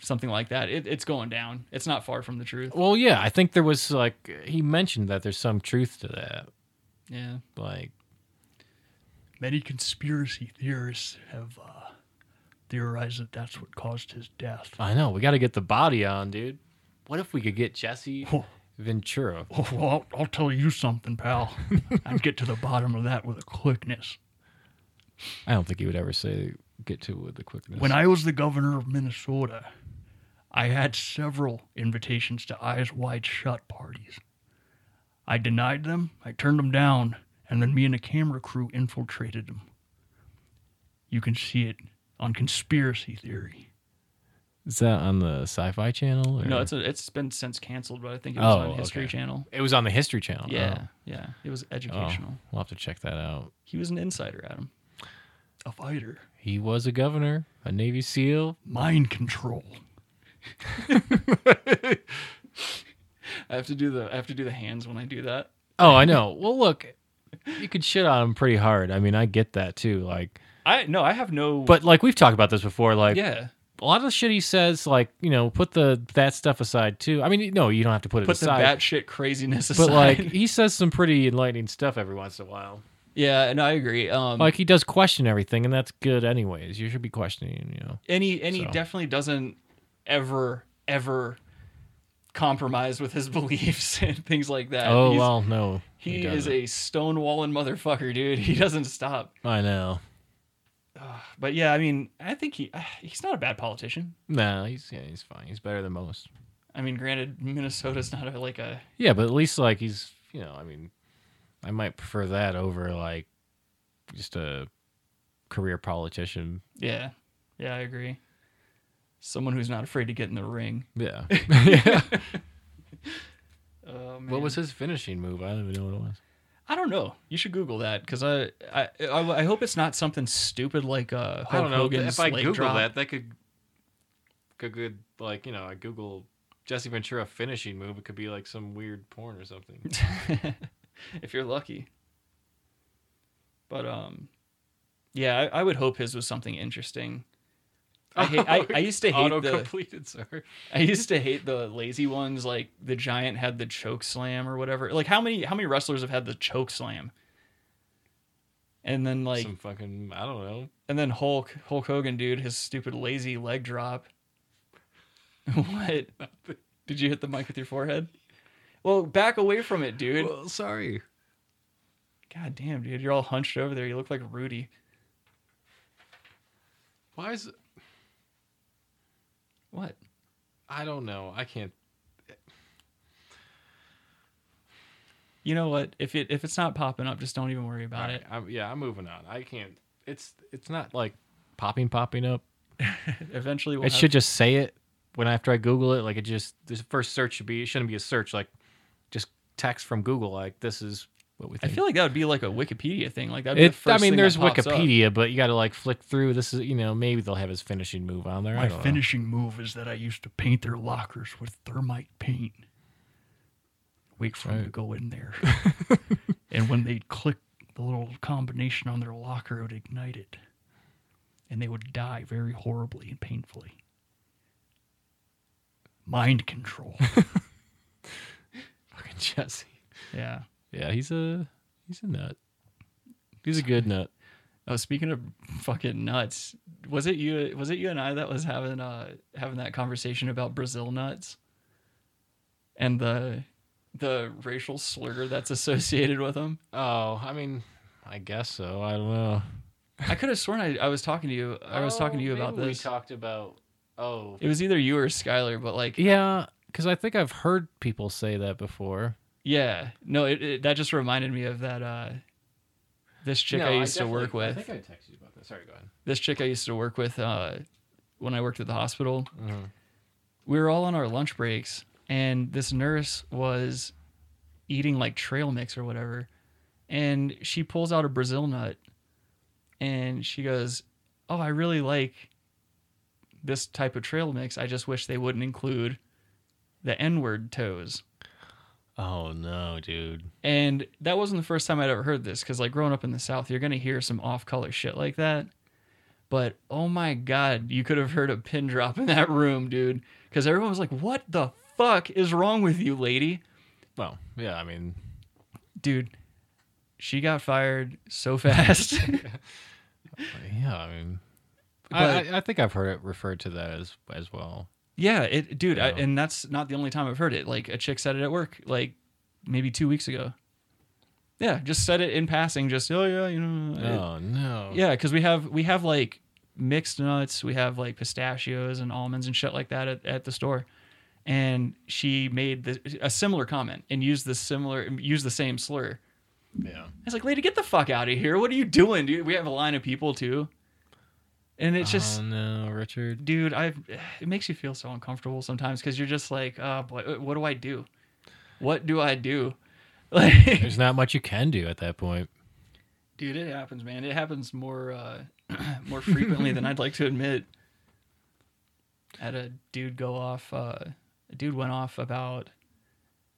[SPEAKER 1] something like that, it, it's going down. It's not far from the truth.
[SPEAKER 2] Well, yeah, I think there was like he mentioned that there's some truth to that.
[SPEAKER 1] Yeah.
[SPEAKER 2] Like,
[SPEAKER 3] Many conspiracy theorists have uh, theorized that that's what caused his death.
[SPEAKER 2] I know we got to get the body on, dude. What if we could get Jesse
[SPEAKER 3] Oh.
[SPEAKER 2] Ventura?
[SPEAKER 3] Oh, well, I'll, I'll tell you something, pal. I'd get to the bottom of that with a quickness.
[SPEAKER 2] I don't think he would ever say get to it with the quickness.
[SPEAKER 3] When I was the governor of Minnesota, I had several invitations to eyes wide shut parties. I denied them, I turned them down, and then me and a camera crew infiltrated them. You can see it on conspiracy theory.
[SPEAKER 2] is that on the Sci-Fi Channel? Or?
[SPEAKER 1] No, it's a, it's been since canceled, but I think it was
[SPEAKER 2] Oh,
[SPEAKER 1] on History
[SPEAKER 2] okay.
[SPEAKER 1] Channel.
[SPEAKER 2] it was on the History Channel.
[SPEAKER 1] Yeah,
[SPEAKER 2] Oh.
[SPEAKER 1] yeah, it was
[SPEAKER 2] Oh,
[SPEAKER 1] educational.
[SPEAKER 2] we'll have to check that out.
[SPEAKER 1] He was an insider, Adam.
[SPEAKER 3] A fighter.
[SPEAKER 2] He was a governor, a Navy SEAL.
[SPEAKER 3] Mind control.
[SPEAKER 1] I have to do the I have to do the hands when I do that.
[SPEAKER 2] Oh, I know. Well, look, you could shit on him pretty hard. I mean, I get that too. Like,
[SPEAKER 1] I no, I have no.
[SPEAKER 2] but like we've talked about this before. Like,
[SPEAKER 1] yeah,
[SPEAKER 2] a lot of the shit he says, like, you know, put the that stuff aside too. I mean, no, you don't have to put it
[SPEAKER 1] put the
[SPEAKER 2] aside.
[SPEAKER 1] batshit craziness aside.
[SPEAKER 2] but like, he says some pretty enlightening stuff every once in a while.
[SPEAKER 1] yeah, and I agree. Um,
[SPEAKER 2] Like, he does question everything, and that's good, anyways. You should be questioning, you know.
[SPEAKER 1] any and he
[SPEAKER 2] so.
[SPEAKER 1] definitely doesn't ever ever compromise with his beliefs and things like that.
[SPEAKER 2] oh
[SPEAKER 1] He's-
[SPEAKER 2] well, no,
[SPEAKER 1] he, is
[SPEAKER 2] doesn't.
[SPEAKER 1] a stonewalling motherfucker, dude. He doesn't stop.
[SPEAKER 2] I know.
[SPEAKER 1] But yeah, I mean, I think he uh, he's not a bad politician.
[SPEAKER 2] Nah, he's yeah, he's fine. He's better than most.
[SPEAKER 1] I mean, granted, Minnesota's not a, like a
[SPEAKER 2] Yeah, but at least like he's you know, I mean, I might prefer that over like just a career politician.
[SPEAKER 1] Yeah. Yeah, I agree. Someone who's not afraid to get in the ring.
[SPEAKER 2] Yeah. yeah.
[SPEAKER 1] Oh,
[SPEAKER 2] What was his finishing move? I don't even know what it was.
[SPEAKER 1] I don't know. You should Google that because I, I I I hope it's not something stupid like uh, Hulk
[SPEAKER 2] I don't know.
[SPEAKER 1] Hogan's
[SPEAKER 2] if I
[SPEAKER 1] leg
[SPEAKER 2] Google
[SPEAKER 1] drop.
[SPEAKER 2] that, that could could good like you know I Google Jesse Ventura finishing move. It could be like some weird porn or something.
[SPEAKER 1] if you're lucky. But um, yeah, I, I would hope his was something interesting. I hate, I, I used to hate
[SPEAKER 2] Auto
[SPEAKER 1] the
[SPEAKER 2] completed, sir.
[SPEAKER 1] I used to hate the lazy ones like the giant had the choke slam or whatever. Like how many how many wrestlers have had the choke slam? And then like
[SPEAKER 2] some fucking I don't know.
[SPEAKER 1] and then Hulk Hulk Hogan dude his stupid lazy leg drop. what? Did you hit the mic with your forehead? Well, back away from it, dude.
[SPEAKER 2] Well, sorry.
[SPEAKER 1] God damn, dude, you're all hunched over there. You look like Rudy.
[SPEAKER 2] Why is
[SPEAKER 1] What?
[SPEAKER 2] I don't know. I can't.
[SPEAKER 1] You know what? If it if it's not popping up, just don't even worry about
[SPEAKER 2] Alright, I'm, yeah, I'm moving on. I can't. It's it's not like popping popping up.
[SPEAKER 1] it. Eventually, we'll
[SPEAKER 2] it
[SPEAKER 1] have-
[SPEAKER 2] should just say it when after I Google it. Like it just the first search should be. It shouldn't be a search. Like just text from Google. Like this is what we
[SPEAKER 1] I
[SPEAKER 2] think.
[SPEAKER 1] feel like that would be like a Wikipedia thing. Like that.
[SPEAKER 2] It,
[SPEAKER 1] Be the
[SPEAKER 2] I
[SPEAKER 1] first
[SPEAKER 2] mean,
[SPEAKER 1] thing that
[SPEAKER 2] there's
[SPEAKER 1] pops up.
[SPEAKER 2] Wikipedia, but you got to like flick through. This is, you know, maybe they'll have his finishing move on there. I
[SPEAKER 3] My
[SPEAKER 2] don't know.
[SPEAKER 3] finishing move is that I used to paint their lockers with thermite paint. Wait for them to
[SPEAKER 2] right.
[SPEAKER 3] go in there. and when they'd click the little combination on their locker, it would ignite it. And they would die very horribly and painfully. Mind control.
[SPEAKER 2] Fucking Jesse.
[SPEAKER 1] Yeah.
[SPEAKER 2] Yeah, he's a he's a nut. He's a good nut.
[SPEAKER 1] Oh, speaking of fucking nuts, was it you? Was it you and I that was having uh having that conversation about Brazil nuts and the the racial slur that's associated with them?
[SPEAKER 2] Oh, I mean, I guess so. I don't know. Oh,
[SPEAKER 1] I could have sworn I, I was talking to you. I was talking to you about this.
[SPEAKER 2] We talked about oh
[SPEAKER 1] it was either you or Skylar, but like,
[SPEAKER 2] yeah, because I think I've heard people say that before.
[SPEAKER 1] yeah, no, it, it, that just reminded me of that. uh This chick I used to work with.
[SPEAKER 2] I texted you about that. Sorry, go ahead.
[SPEAKER 1] this chick I used to work with uh, when I worked at the hospital. We were all on our lunch breaks, and this nurse was eating like trail mix or whatever. And she pulls out a Brazil nut and she goes, Oh, I really like this type of trail mix. I just wish they wouldn't include the N word toes.
[SPEAKER 2] Oh no, dude.
[SPEAKER 1] And that wasn't the first time I'd ever heard this because, like, growing up in the South, you're going to hear some off color shit like that. But oh my God, you could have heard a pin drop in that room, dude. Because everyone was like, what the fuck is wrong with you, lady?
[SPEAKER 2] Well, yeah, I mean,
[SPEAKER 1] Dude, she got fired so fast.
[SPEAKER 2] yeah, I mean,
[SPEAKER 1] But-
[SPEAKER 2] I, I, I think I've heard it referred to that as as well.
[SPEAKER 1] yeah, it, dude. I,
[SPEAKER 2] Yeah.
[SPEAKER 1] and that's not the only time I've heard it. Like, a chick said it at work, like, maybe two weeks ago. Yeah, just said it in passing, just, oh, yeah, you know. it-
[SPEAKER 2] Oh no.
[SPEAKER 1] Yeah, because we have we have like mixed nuts, we have like pistachios and almonds and shit like that at, at the store. And she made the, a similar comment and used the similar used the same slur.
[SPEAKER 2] Yeah.
[SPEAKER 1] I was like, lady, get the fuck out of here! What are you doing, dude? We have a line of people too, and it's just.
[SPEAKER 2] oh no, Richard.
[SPEAKER 1] Dude, I it makes you feel so uncomfortable sometimes because you're just like, oh boy, what do I do? What do I do? Like,
[SPEAKER 2] There's not much you can do at that point.
[SPEAKER 1] Dude, it happens, man. It happens more uh, more frequently than I'd like to admit. Had a dude go off. Uh, a dude went off about.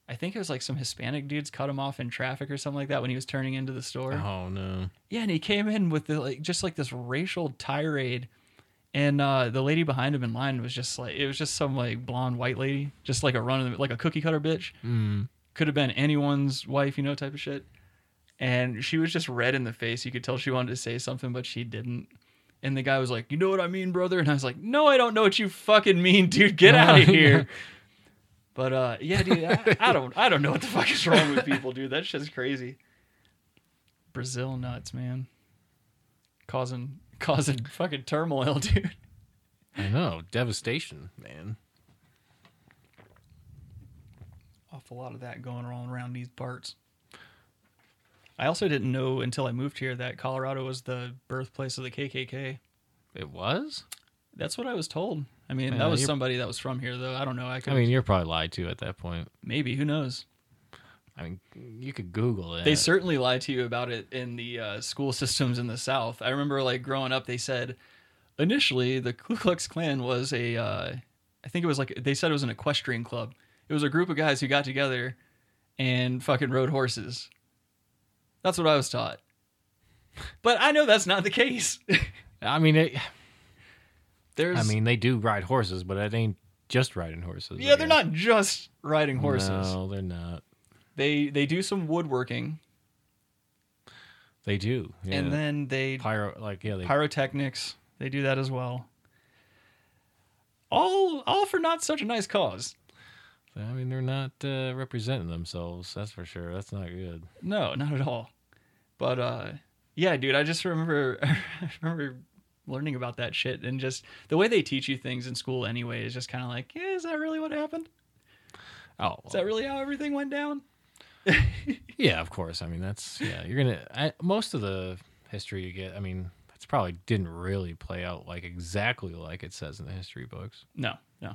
[SPEAKER 1] I think it was like some Hispanic dudes cut him off in traffic or something like that when he was turning into the store.
[SPEAKER 2] Oh no.
[SPEAKER 1] Yeah, and he came in with the, like just like this racial tirade, and uh, the lady behind him in line was just like it was just some like blonde white lady, just like a run of the, like a cookie cutter bitch
[SPEAKER 2] Mm.
[SPEAKER 1] could have been anyone's wife, you know, type of shit. And she was just red in the face. You could tell she wanted to say something, but she didn't. And the guy was like, "You know what I mean, brother?" And I was like, "No, I don't know what you fucking mean, dude. Get out of here." But uh, yeah, dude, I, I don't, I don't know what the fuck is wrong with people, dude. That shit's crazy. Brazil nuts, man, causing causing fucking turmoil, dude.
[SPEAKER 2] I know. Devastation, man.
[SPEAKER 1] Awful lot of that going on around these parts. I also didn't know until I moved here that Colorado was the birthplace of the KKK.
[SPEAKER 2] It was.
[SPEAKER 1] That's what I was told. I mean,
[SPEAKER 2] Yeah,
[SPEAKER 1] that was
[SPEAKER 2] you're-
[SPEAKER 1] somebody that was from here, though. I don't know. I could
[SPEAKER 2] I mean, you're probably lied to at that point.
[SPEAKER 1] maybe who knows?
[SPEAKER 2] I mean, you could Google it.
[SPEAKER 1] They certainly lie to you about it in the uh, school systems in the South. I remember, like growing up, they said initially the Ku Klux Klan was a, uh, I think it was like they said it was an equestrian club. It was a group of guys who got together and fucking rode horses. That's what I was taught. But I know that's not the case.
[SPEAKER 2] I mean, it,
[SPEAKER 1] There's,
[SPEAKER 2] I mean, they do ride horses, but it ain't just riding horses. I
[SPEAKER 1] yeah, they're
[SPEAKER 2] guess.
[SPEAKER 1] not just riding horses.
[SPEAKER 2] No, they're not.
[SPEAKER 1] They they do some woodworking
[SPEAKER 2] They do. Yeah.
[SPEAKER 1] and then they
[SPEAKER 2] pyro, like yeah, they
[SPEAKER 1] pyrotechnics. They do that as well. All all for not such a nice cause.
[SPEAKER 2] I mean, they're not uh, representing themselves. That's for sure. That's not good.
[SPEAKER 1] No, not at all. But uh yeah, dude, I just remember I remember learning about that shit and just the way they teach you things in school anyway is just kind of like, yeah, is that really what happened?
[SPEAKER 2] Oh,
[SPEAKER 1] Is that really how everything went down?
[SPEAKER 2] yeah, of course. I mean, that's yeah. You're gonna I, most of the history you get. I mean, it's probably didn't really play out like exactly like it says in the history books.
[SPEAKER 1] No, no.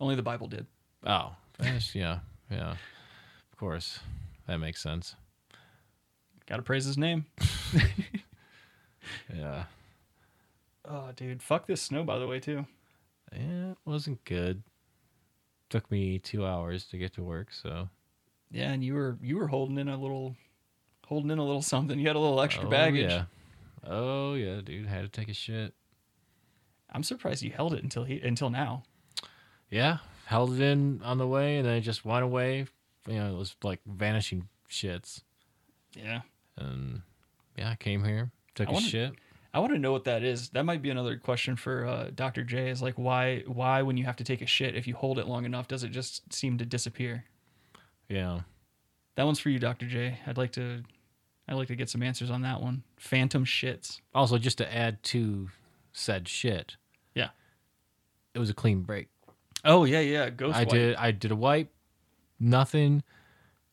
[SPEAKER 1] Only the Bible did.
[SPEAKER 2] Oh, that's, yeah, yeah. Of course, that makes sense.
[SPEAKER 1] Got to praise his name.
[SPEAKER 2] Yeah,
[SPEAKER 1] Oh, dude, fuck this snow by the way, too.
[SPEAKER 2] yeah. Eh, It wasn't good. Took me two hours to get to work, so
[SPEAKER 1] Yeah, and you were you were holding in a little holding in a little something. You had a little extra
[SPEAKER 2] Oh,
[SPEAKER 1] baggage.
[SPEAKER 2] Yeah. Oh yeah, dude. Had to take a shit.
[SPEAKER 1] I'm surprised you held it until he until now.
[SPEAKER 2] Yeah, held it in on the way, and then it just went away. You know, it was like vanishing shits,
[SPEAKER 1] Yeah.
[SPEAKER 2] and yeah, I came here, took
[SPEAKER 1] I
[SPEAKER 2] a
[SPEAKER 1] wonder-
[SPEAKER 2] shit.
[SPEAKER 1] I want to know what that is. That might be another question for uh, Dr. J is like why why when you have to take a shit if you hold it long enough does it just seem to disappear?
[SPEAKER 2] Yeah,
[SPEAKER 1] That one's for you Dr. J. I'd like to I'd like to get some answers on that one. Phantom shits.
[SPEAKER 2] Also, just to add to said shit.
[SPEAKER 1] Yeah.
[SPEAKER 2] It was a clean break.
[SPEAKER 1] Oh yeah, yeah, ghost
[SPEAKER 2] I did. I did a wipe. Nothing.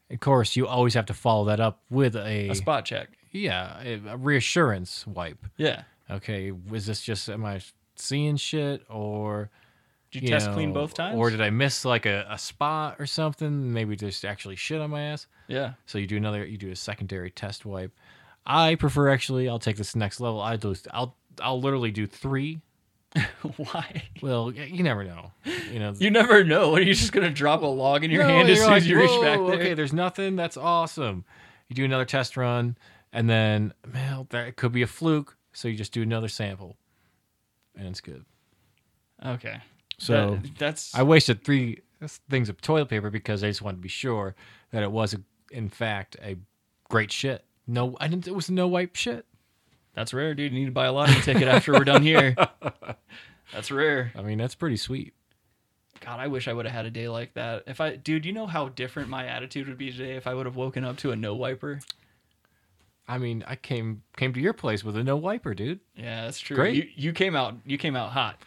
[SPEAKER 2] Of course, you always have to follow that up with a,
[SPEAKER 1] a spot check.
[SPEAKER 2] yeah a a reassurance wipe.
[SPEAKER 1] Yeah.
[SPEAKER 2] Okay, was this just am I seeing shit or
[SPEAKER 1] Did you, test
[SPEAKER 2] know,
[SPEAKER 1] clean both times?
[SPEAKER 2] Or did I miss like a, a spot or something? Maybe just actually shit on my ass.
[SPEAKER 1] Yeah.
[SPEAKER 2] So you do another, you do a secondary test wipe. I prefer actually. I'll take this next level. I do. I'll I'll literally do three.
[SPEAKER 1] why?
[SPEAKER 2] Well, y- you never know. You know.
[SPEAKER 1] You never know. Are you just going to drop a log in your
[SPEAKER 2] No,
[SPEAKER 1] hand as
[SPEAKER 2] you're
[SPEAKER 1] soon as
[SPEAKER 2] like,
[SPEAKER 1] you reach
[SPEAKER 2] "Whoa,
[SPEAKER 1] back there?
[SPEAKER 2] Okay, there's nothing. That's awesome. You do another test run, and then man, that could be a fluke. So you just do another sample, and it's good.
[SPEAKER 1] Okay.
[SPEAKER 2] So
[SPEAKER 1] That- that's
[SPEAKER 2] I wasted three things of toilet paper because I just wanted to be sure that it was, in fact, a great shit. No, I didn't. It was no wipe shit.
[SPEAKER 1] That's rare, dude. You need to buy a lottery ticket after we're done here. That's rare.
[SPEAKER 2] I mean, that's pretty sweet.
[SPEAKER 1] God, I wish I would have had a day like that. If I, dude, you know how different my attitude would be today if I would have woken up to a no wiper.
[SPEAKER 2] I mean, I came came to your place with a no wiper, dude.
[SPEAKER 1] Yeah, that's true.
[SPEAKER 2] Great.
[SPEAKER 1] You, you came out, you came out hot,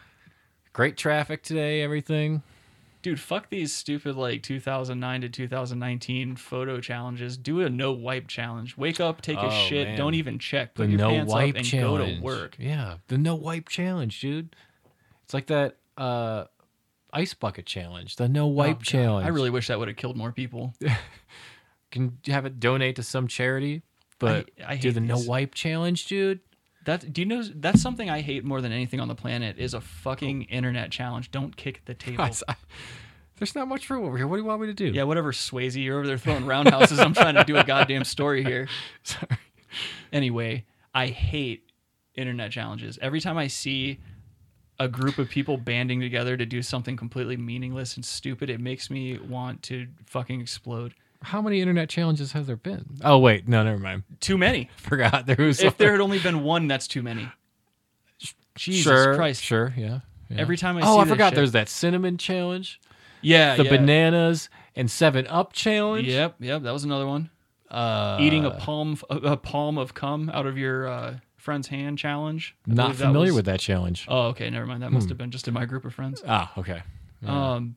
[SPEAKER 2] Great traffic today. Everything.
[SPEAKER 1] dude. Fuck these stupid like 2009 to 2019 photo challenges. Do a no wipe challenge. Wake up, take a
[SPEAKER 2] Oh,
[SPEAKER 1] shit,
[SPEAKER 2] man.
[SPEAKER 1] don't even check.
[SPEAKER 2] The
[SPEAKER 1] Put your
[SPEAKER 2] no
[SPEAKER 1] pants
[SPEAKER 2] wipe
[SPEAKER 1] up and
[SPEAKER 2] challenge.
[SPEAKER 1] go to work.
[SPEAKER 2] Yeah, the no wipe challenge, dude. It's like that uh, ice bucket challenge. The no
[SPEAKER 1] Oh,
[SPEAKER 2] wipe
[SPEAKER 1] God.
[SPEAKER 2] challenge.
[SPEAKER 1] I really wish that would have killed more people.
[SPEAKER 2] can have it donate to some charity, but
[SPEAKER 1] I- I
[SPEAKER 2] do
[SPEAKER 1] hate
[SPEAKER 2] the no
[SPEAKER 1] these.
[SPEAKER 2] wipe challenge, dude.
[SPEAKER 1] That do you know? That's something I hate more than anything on the planet is a fucking
[SPEAKER 2] Oh.
[SPEAKER 1] internet challenge. Don't kick the table.
[SPEAKER 2] I- I- there's not much room over here. What do you want me to do?
[SPEAKER 1] Yeah, whatever, Swayze. You're over there throwing roundhouses. I'm trying to do a goddamn story here.
[SPEAKER 2] Sorry.
[SPEAKER 1] Anyway, I hate internet challenges. Every time I see a group of people banding together to do something completely meaningless and stupid, it makes me want to fucking explode.
[SPEAKER 2] How many internet challenges have there been? Oh wait, no, never mind.
[SPEAKER 1] Too many.
[SPEAKER 2] Forgot there was.
[SPEAKER 1] If there had only been one, that's too many. Jesus
[SPEAKER 2] sure,
[SPEAKER 1] Christ.
[SPEAKER 2] sure, yeah. yeah.
[SPEAKER 1] Every time I see
[SPEAKER 2] oh, I
[SPEAKER 1] that
[SPEAKER 2] forgot
[SPEAKER 1] shit-
[SPEAKER 2] there's that Uh, cinnamon challenge,
[SPEAKER 1] Yeah,
[SPEAKER 2] the
[SPEAKER 1] yeah.
[SPEAKER 2] bananas and Seven Up challenge.
[SPEAKER 1] Yep, yep. That was another one.
[SPEAKER 2] Uh,
[SPEAKER 1] Eating a palm, f- a a palm of cum out of your uh, friend's hand challenge. I
[SPEAKER 2] Not
[SPEAKER 1] believe that
[SPEAKER 2] familiar
[SPEAKER 1] was-
[SPEAKER 2] with Hmm. that challenge.
[SPEAKER 1] Oh, okay. Never mind. That must have been just in my group of friends.
[SPEAKER 2] Ah, okay.
[SPEAKER 1] Um,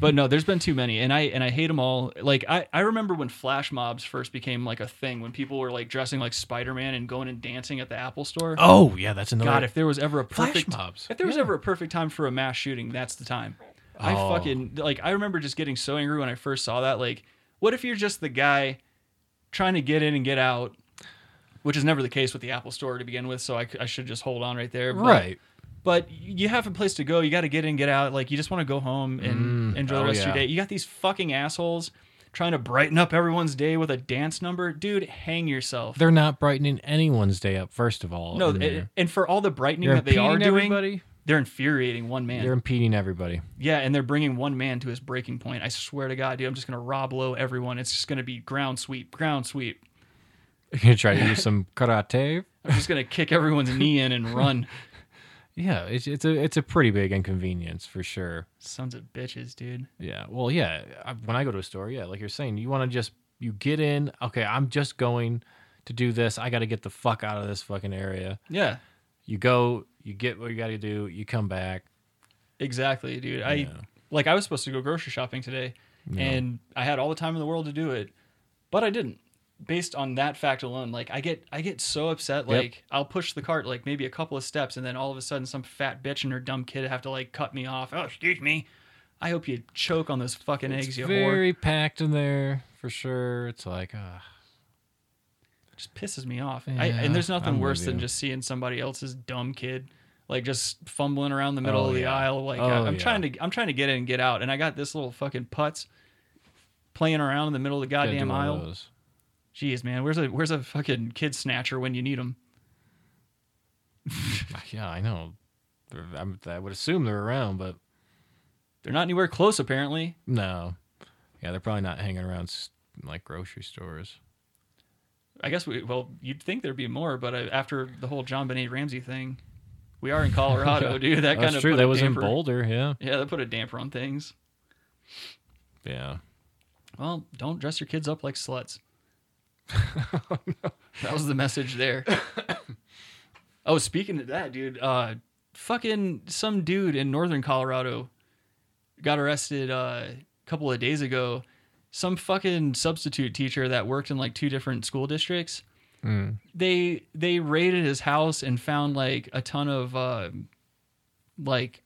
[SPEAKER 1] but no, there's been too many, and I and I hate them all. Like I, I remember when flash mobs first became like a thing, when people were like dressing like Spider Man and going and dancing at the Apple Store.
[SPEAKER 2] Oh yeah, that's another.
[SPEAKER 1] God, if there was ever a
[SPEAKER 2] Flash
[SPEAKER 1] perfect
[SPEAKER 2] mobs.
[SPEAKER 1] if there was ever a perfect time for a mass shooting, that's the time. I
[SPEAKER 2] Oh.
[SPEAKER 1] fucking like I remember just getting so angry when I first saw that. Like, what if you're just the guy trying to get in and get out, which is never the case with the Apple Store to begin with. So I, c- I should just hold on right there. But,
[SPEAKER 2] right.
[SPEAKER 1] But you have a place to go. You got to get in, get out. Like you just want to go home and
[SPEAKER 2] Mm.
[SPEAKER 1] enjoy the
[SPEAKER 2] Oh,
[SPEAKER 1] rest of your
[SPEAKER 2] yeah.
[SPEAKER 1] day. You got these fucking assholes trying to brighten up everyone's day with a dance number, dude. Hang yourself.
[SPEAKER 2] They're not brightening anyone's day up. First of all,
[SPEAKER 1] no,
[SPEAKER 2] and
[SPEAKER 1] and,
[SPEAKER 2] they're-
[SPEAKER 1] and for all the brightening
[SPEAKER 2] you're
[SPEAKER 1] that they are
[SPEAKER 2] impeding
[SPEAKER 1] doing,
[SPEAKER 2] everybody.
[SPEAKER 1] they're infuriating one man.
[SPEAKER 2] They're impeding everybody.
[SPEAKER 1] Yeah, and they're bringing one man to his breaking point. I swear to God, dude, I'm just gonna rob low everyone. It's just gonna be ground sweep, ground sweep.
[SPEAKER 2] You're gonna try to do some karate.
[SPEAKER 1] I'm just gonna kick everyone's knee in and run.
[SPEAKER 2] Yeah, it's it's a it's a pretty big inconvenience for sure.
[SPEAKER 1] Sons of bitches, dude.
[SPEAKER 2] Yeah. Well, yeah. I, when I go to a store, yeah, like you're saying, you want to just you get in. Okay, I'm just going to do this. I got to get the fuck out of this fucking area.
[SPEAKER 1] Yeah,
[SPEAKER 2] You go, you get what you got to do. You come back.
[SPEAKER 1] exactly, dude. I
[SPEAKER 2] Yeah.
[SPEAKER 1] like I was supposed to go grocery shopping today, and I had all the time in the world to do it, but I didn't. Based on that fact alone, like I get I get so upset.
[SPEAKER 2] Yep.
[SPEAKER 1] Like I'll push the cart like maybe a couple of steps, and then all of a sudden, some fat bitch and her dumb kid have to like cut me off. Oh, excuse me. I hope you choke on those fucking
[SPEAKER 2] It's
[SPEAKER 1] eggs, you whore.
[SPEAKER 2] very packed in there for sure. It's like, uh,
[SPEAKER 1] just pisses me off. I,
[SPEAKER 2] Yeah,
[SPEAKER 1] and there's nothing
[SPEAKER 2] I'm with
[SPEAKER 1] worse than
[SPEAKER 2] you.
[SPEAKER 1] just seeing somebody else's dumb kid like just fumbling around the middle
[SPEAKER 2] Oh,
[SPEAKER 1] of the
[SPEAKER 2] yeah.
[SPEAKER 1] aisle. Like
[SPEAKER 2] Oh,
[SPEAKER 1] I, am
[SPEAKER 2] yeah.
[SPEAKER 1] trying to I'm trying to get in and get out, and I got this little fucking putz playing around in the middle of the
[SPEAKER 2] gotta do
[SPEAKER 1] goddamn
[SPEAKER 2] one of
[SPEAKER 1] aisle.
[SPEAKER 2] those.
[SPEAKER 1] Jeez, man, where's a where's a fucking kid snatcher when you need him?
[SPEAKER 2] Yeah, I know. They're- I'm, I would assume they're around, but
[SPEAKER 1] They're not anywhere close apparently.
[SPEAKER 2] no. Yeah, they're probably not hanging around s- like grocery stores.
[SPEAKER 1] I guess we well you'd think there'd be more, but uh, after the whole John Benet Ramsey thing, we are in Colorado, dude. That kind
[SPEAKER 2] Oh, That's
[SPEAKER 1] of
[SPEAKER 2] true.
[SPEAKER 1] Put
[SPEAKER 2] That
[SPEAKER 1] a
[SPEAKER 2] was in
[SPEAKER 1] damper.
[SPEAKER 2] Boulder. Yeah.
[SPEAKER 1] Yeah, that put a damper on things.
[SPEAKER 2] Yeah.
[SPEAKER 1] Well, don't dress your kids up like sluts. Oh, That was the message there. oh, speaking of that, dude, uh, fucking some dude in northern Colorado got arrested uh, a couple of days ago. Some fucking substitute teacher that worked in like two different school districts.
[SPEAKER 2] Mm.
[SPEAKER 1] They they raided his house and found like a ton of um like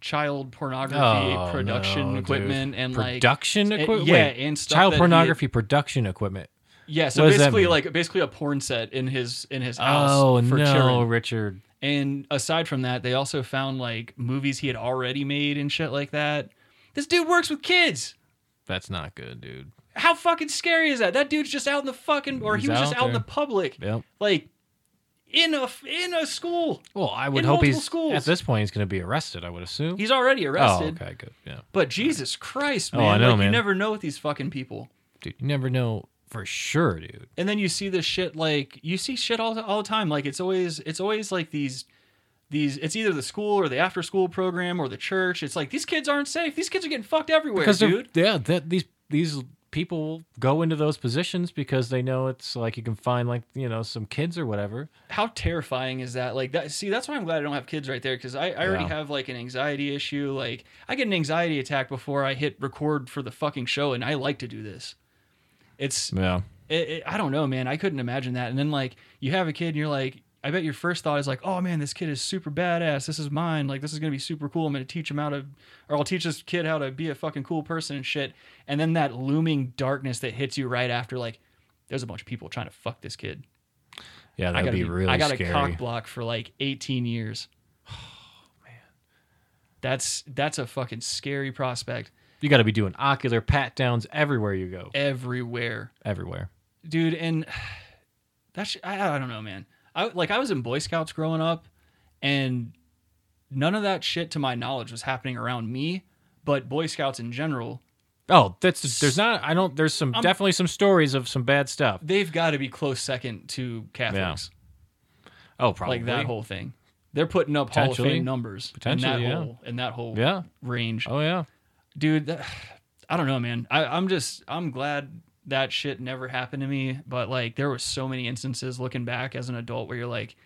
[SPEAKER 1] child pornography
[SPEAKER 2] Oh,
[SPEAKER 1] production
[SPEAKER 2] no, dude.
[SPEAKER 1] equipment and like
[SPEAKER 2] production
[SPEAKER 1] eh,
[SPEAKER 2] equipment.
[SPEAKER 1] yeah, and stuff
[SPEAKER 2] child
[SPEAKER 1] that he had-
[SPEAKER 2] pornography production equipment.
[SPEAKER 1] Yeah, so
[SPEAKER 2] What does that
[SPEAKER 1] basically
[SPEAKER 2] mean?
[SPEAKER 1] like basically a porn set in his in his house
[SPEAKER 2] Oh
[SPEAKER 1] for
[SPEAKER 2] no,
[SPEAKER 1] children.
[SPEAKER 2] Richard.
[SPEAKER 1] And aside from that, they also found like movies he had already made and shit like that. This dude works with kids.
[SPEAKER 2] That's not good, dude.
[SPEAKER 1] How fucking scary is that? That dude's just out in the fucking or he
[SPEAKER 2] He's
[SPEAKER 1] was just
[SPEAKER 2] out
[SPEAKER 1] out in the
[SPEAKER 2] there.
[SPEAKER 1] public.
[SPEAKER 2] Yep.
[SPEAKER 1] Like in a in a school.
[SPEAKER 2] Well, I
[SPEAKER 1] In
[SPEAKER 2] would hope
[SPEAKER 1] multiple
[SPEAKER 2] he's
[SPEAKER 1] schools.
[SPEAKER 2] at this point he's going to be arrested. I would assume.
[SPEAKER 1] He's already
[SPEAKER 2] oh,
[SPEAKER 1] arrested.
[SPEAKER 2] okay, good. Yeah,
[SPEAKER 1] But Jesus Christ,
[SPEAKER 2] Oh,
[SPEAKER 1] man.
[SPEAKER 2] I know,
[SPEAKER 1] like, You
[SPEAKER 2] man.
[SPEAKER 1] never know with these fucking people.
[SPEAKER 2] dude, you never know for sure, dude.
[SPEAKER 1] and then you see this shit like you see shit all, all the time like it's always it's always like these these it's either the school or the after school program or the church it's like these kids aren't safe these kids are getting fucked everywhere
[SPEAKER 2] Because they're-
[SPEAKER 1] dude
[SPEAKER 2] yeah, that these these people go into those positions because they know it's like you can find like you know some kids or whatever.
[SPEAKER 1] how terrifying is that like that see that's why i'm glad i don't have kids right there because I, I already
[SPEAKER 2] Yeah.
[SPEAKER 1] have like an anxiety issue like i get an anxiety attack before i hit record for the fucking show and i like to do this it's
[SPEAKER 2] Yeah.
[SPEAKER 1] it, it, I don't know, man. I couldn't imagine that. And then like you have a kid, and you're like, I bet your first thought is like, oh man, this kid is super badass. This is mine. Like this is gonna be super cool. I'm gonna teach him how to, or I'll teach this kid how to be a fucking cool person and shit. And then that looming darkness that hits you right after, like, there's a bunch of people trying to fuck this kid.
[SPEAKER 2] Yeah,
[SPEAKER 1] I
[SPEAKER 2] that'd
[SPEAKER 1] gotta
[SPEAKER 2] be, really
[SPEAKER 1] I got
[SPEAKER 2] scary.
[SPEAKER 1] a cock block for like 18 years. Oh man, that's that's a fucking scary prospect
[SPEAKER 2] you got to be doing ocular pat downs everywhere you go.
[SPEAKER 1] everywhere.
[SPEAKER 2] Everywhere.
[SPEAKER 1] dude and that's I, I don't know man i like i was in boy scouts growing up and none of that shit to my knowledge was happening around me but boy scouts in general
[SPEAKER 2] Oh, that's there's not. I don't. There's some definitely some stories of some bad stuff.
[SPEAKER 1] they've got to be close second to catholics
[SPEAKER 2] Oh, probably
[SPEAKER 1] like that whole thing they're putting up hall of
[SPEAKER 2] Potentially.
[SPEAKER 1] fame numbers in that
[SPEAKER 2] Potentially, yeah.
[SPEAKER 1] whole in that whole
[SPEAKER 2] Yeah.
[SPEAKER 1] range
[SPEAKER 2] Oh yeah.
[SPEAKER 1] dude that, i don't know man I, i'm just i'm glad that shit never happened to me but like there were so many instances looking back as an adult where you're like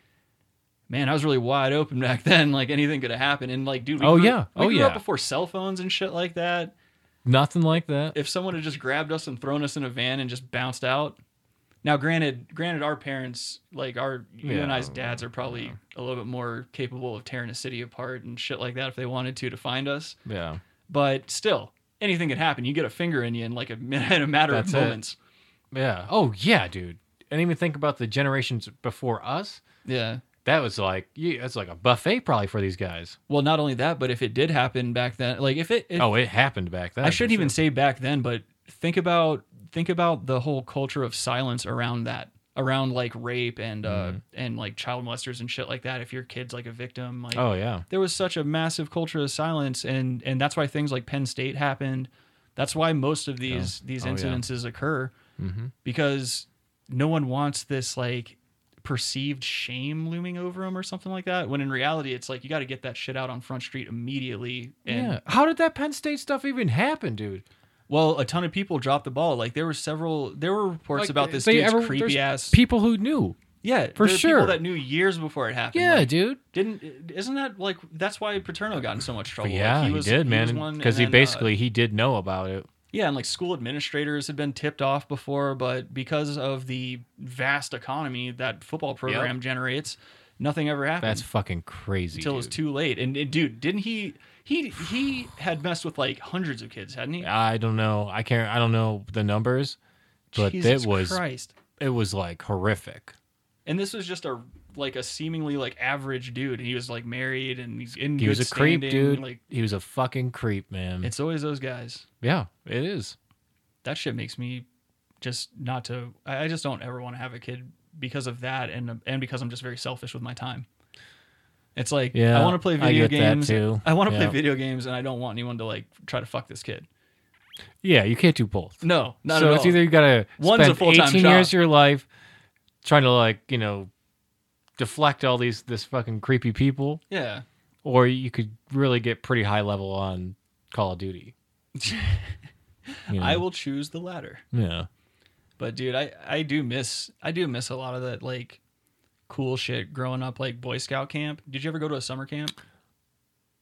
[SPEAKER 1] man, I was really wide open back then. Like anything could have happened. And like, dude, we
[SPEAKER 2] Oh,
[SPEAKER 1] grew-
[SPEAKER 2] yeah.
[SPEAKER 1] we
[SPEAKER 2] Oh,
[SPEAKER 1] grew
[SPEAKER 2] yeah.
[SPEAKER 1] up before cell phones and shit like that.
[SPEAKER 2] Nothing like that.
[SPEAKER 1] if someone had just grabbed us and thrown us in a van and just bounced out. Now, granted, granted, our parents, like our you and
[SPEAKER 2] Yeah.
[SPEAKER 1] I's dads, are probably a little bit more capable of tearing a city apart and shit like that if they wanted to to find us.
[SPEAKER 2] Yeah.
[SPEAKER 1] But still, anything could happen. You get a finger in you in like a minute, in a matter
[SPEAKER 2] That's it.
[SPEAKER 1] of moments.
[SPEAKER 2] Yeah. Oh yeah, dude. And even think about the generations before us.
[SPEAKER 1] Yeah.
[SPEAKER 2] That was like yeah, that's like a buffet probably for these guys.
[SPEAKER 1] Well, not only that, but if it did happen back then, like if it, if,
[SPEAKER 2] oh, it happened back then.
[SPEAKER 1] I
[SPEAKER 2] for
[SPEAKER 1] shouldn't even
[SPEAKER 2] sure.
[SPEAKER 1] say back then, but think about think about the whole culture of silence around that, around like rape and uh and like child molesters and shit like that. If your kid's like a victim, like
[SPEAKER 2] Oh yeah.
[SPEAKER 1] there was such a massive culture of silence, and and that's why things like Penn State happened. That's why most of these these
[SPEAKER 2] Oh, yeah.
[SPEAKER 1] incidences occur
[SPEAKER 2] Mhm.
[SPEAKER 1] because no one wants this like perceived shame looming over them or something like that. When in reality, it's like you got to get that shit out on Front Street immediately. And
[SPEAKER 2] yeah. How did that Penn State stuff even happen, dude?
[SPEAKER 1] Well, a ton of people dropped the ball. Like there were several, there were reports
[SPEAKER 2] Like, uh,
[SPEAKER 1] about this
[SPEAKER 2] they
[SPEAKER 1] dude's
[SPEAKER 2] ever-
[SPEAKER 1] creepy
[SPEAKER 2] there's
[SPEAKER 1] ass.
[SPEAKER 2] People who knew.
[SPEAKER 1] yeah,
[SPEAKER 2] for
[SPEAKER 1] there were
[SPEAKER 2] sure.
[SPEAKER 1] People that knew years before it happened.
[SPEAKER 2] Yeah,
[SPEAKER 1] Like,
[SPEAKER 2] dude.
[SPEAKER 1] didn't isn't that like that's why Paterno got in so much trouble? oh, Like,
[SPEAKER 2] yeah, he,
[SPEAKER 1] was- was
[SPEAKER 2] did, man.
[SPEAKER 1] one,
[SPEAKER 2] Because
[SPEAKER 1] and
[SPEAKER 2] he
[SPEAKER 1] then, uh,
[SPEAKER 2] basically he did know about it.
[SPEAKER 1] yeah, and like school administrators had been tipped off before, but because of the vast economy that football program generates, nothing ever happened.
[SPEAKER 2] That's fucking crazy.
[SPEAKER 1] until it was
[SPEAKER 2] dude.
[SPEAKER 1] too late. And, and dude, didn't he? He he had messed with like hundreds of kids, hadn't he?
[SPEAKER 2] I don't know. I can't. I don't know the numbers, but
[SPEAKER 1] Jesus
[SPEAKER 2] it was
[SPEAKER 1] Christ.
[SPEAKER 2] it was like horrific.
[SPEAKER 1] and this was just a like a seemingly like average dude. He was like married and he's in.
[SPEAKER 2] He
[SPEAKER 1] good
[SPEAKER 2] was a creep,
[SPEAKER 1] standing.
[SPEAKER 2] dude.
[SPEAKER 1] Like
[SPEAKER 2] he was a fucking creep, man.
[SPEAKER 1] it's always those guys.
[SPEAKER 2] yeah, it is.
[SPEAKER 1] That shit makes me just not to. I I just don't ever want to have a kid because of that, and and because I'm just very selfish with my time. It's like
[SPEAKER 2] Yeah,
[SPEAKER 1] I want to play
[SPEAKER 2] I
[SPEAKER 1] video
[SPEAKER 2] get that
[SPEAKER 1] games.
[SPEAKER 2] too.
[SPEAKER 1] I want to
[SPEAKER 2] Yeah.
[SPEAKER 1] play video games, and I don't want anyone to like try to fuck this kid.
[SPEAKER 2] Yeah, you can't do both.
[SPEAKER 1] No, not
[SPEAKER 2] so
[SPEAKER 1] at all.
[SPEAKER 2] it's either you gotta
[SPEAKER 1] One's a
[SPEAKER 2] spend
[SPEAKER 1] full-time
[SPEAKER 2] eighteen
[SPEAKER 1] job.
[SPEAKER 2] years of your life trying to like you know deflect all these this fucking creepy people,
[SPEAKER 1] yeah.
[SPEAKER 2] or you could really get pretty high level on Call of Duty. You
[SPEAKER 1] I
[SPEAKER 2] know?
[SPEAKER 1] will choose the latter.
[SPEAKER 2] Yeah.
[SPEAKER 1] But dude, I I do miss I do miss a lot of that like cool shit growing up like Boy Scout camp. Did you ever go to a summer camp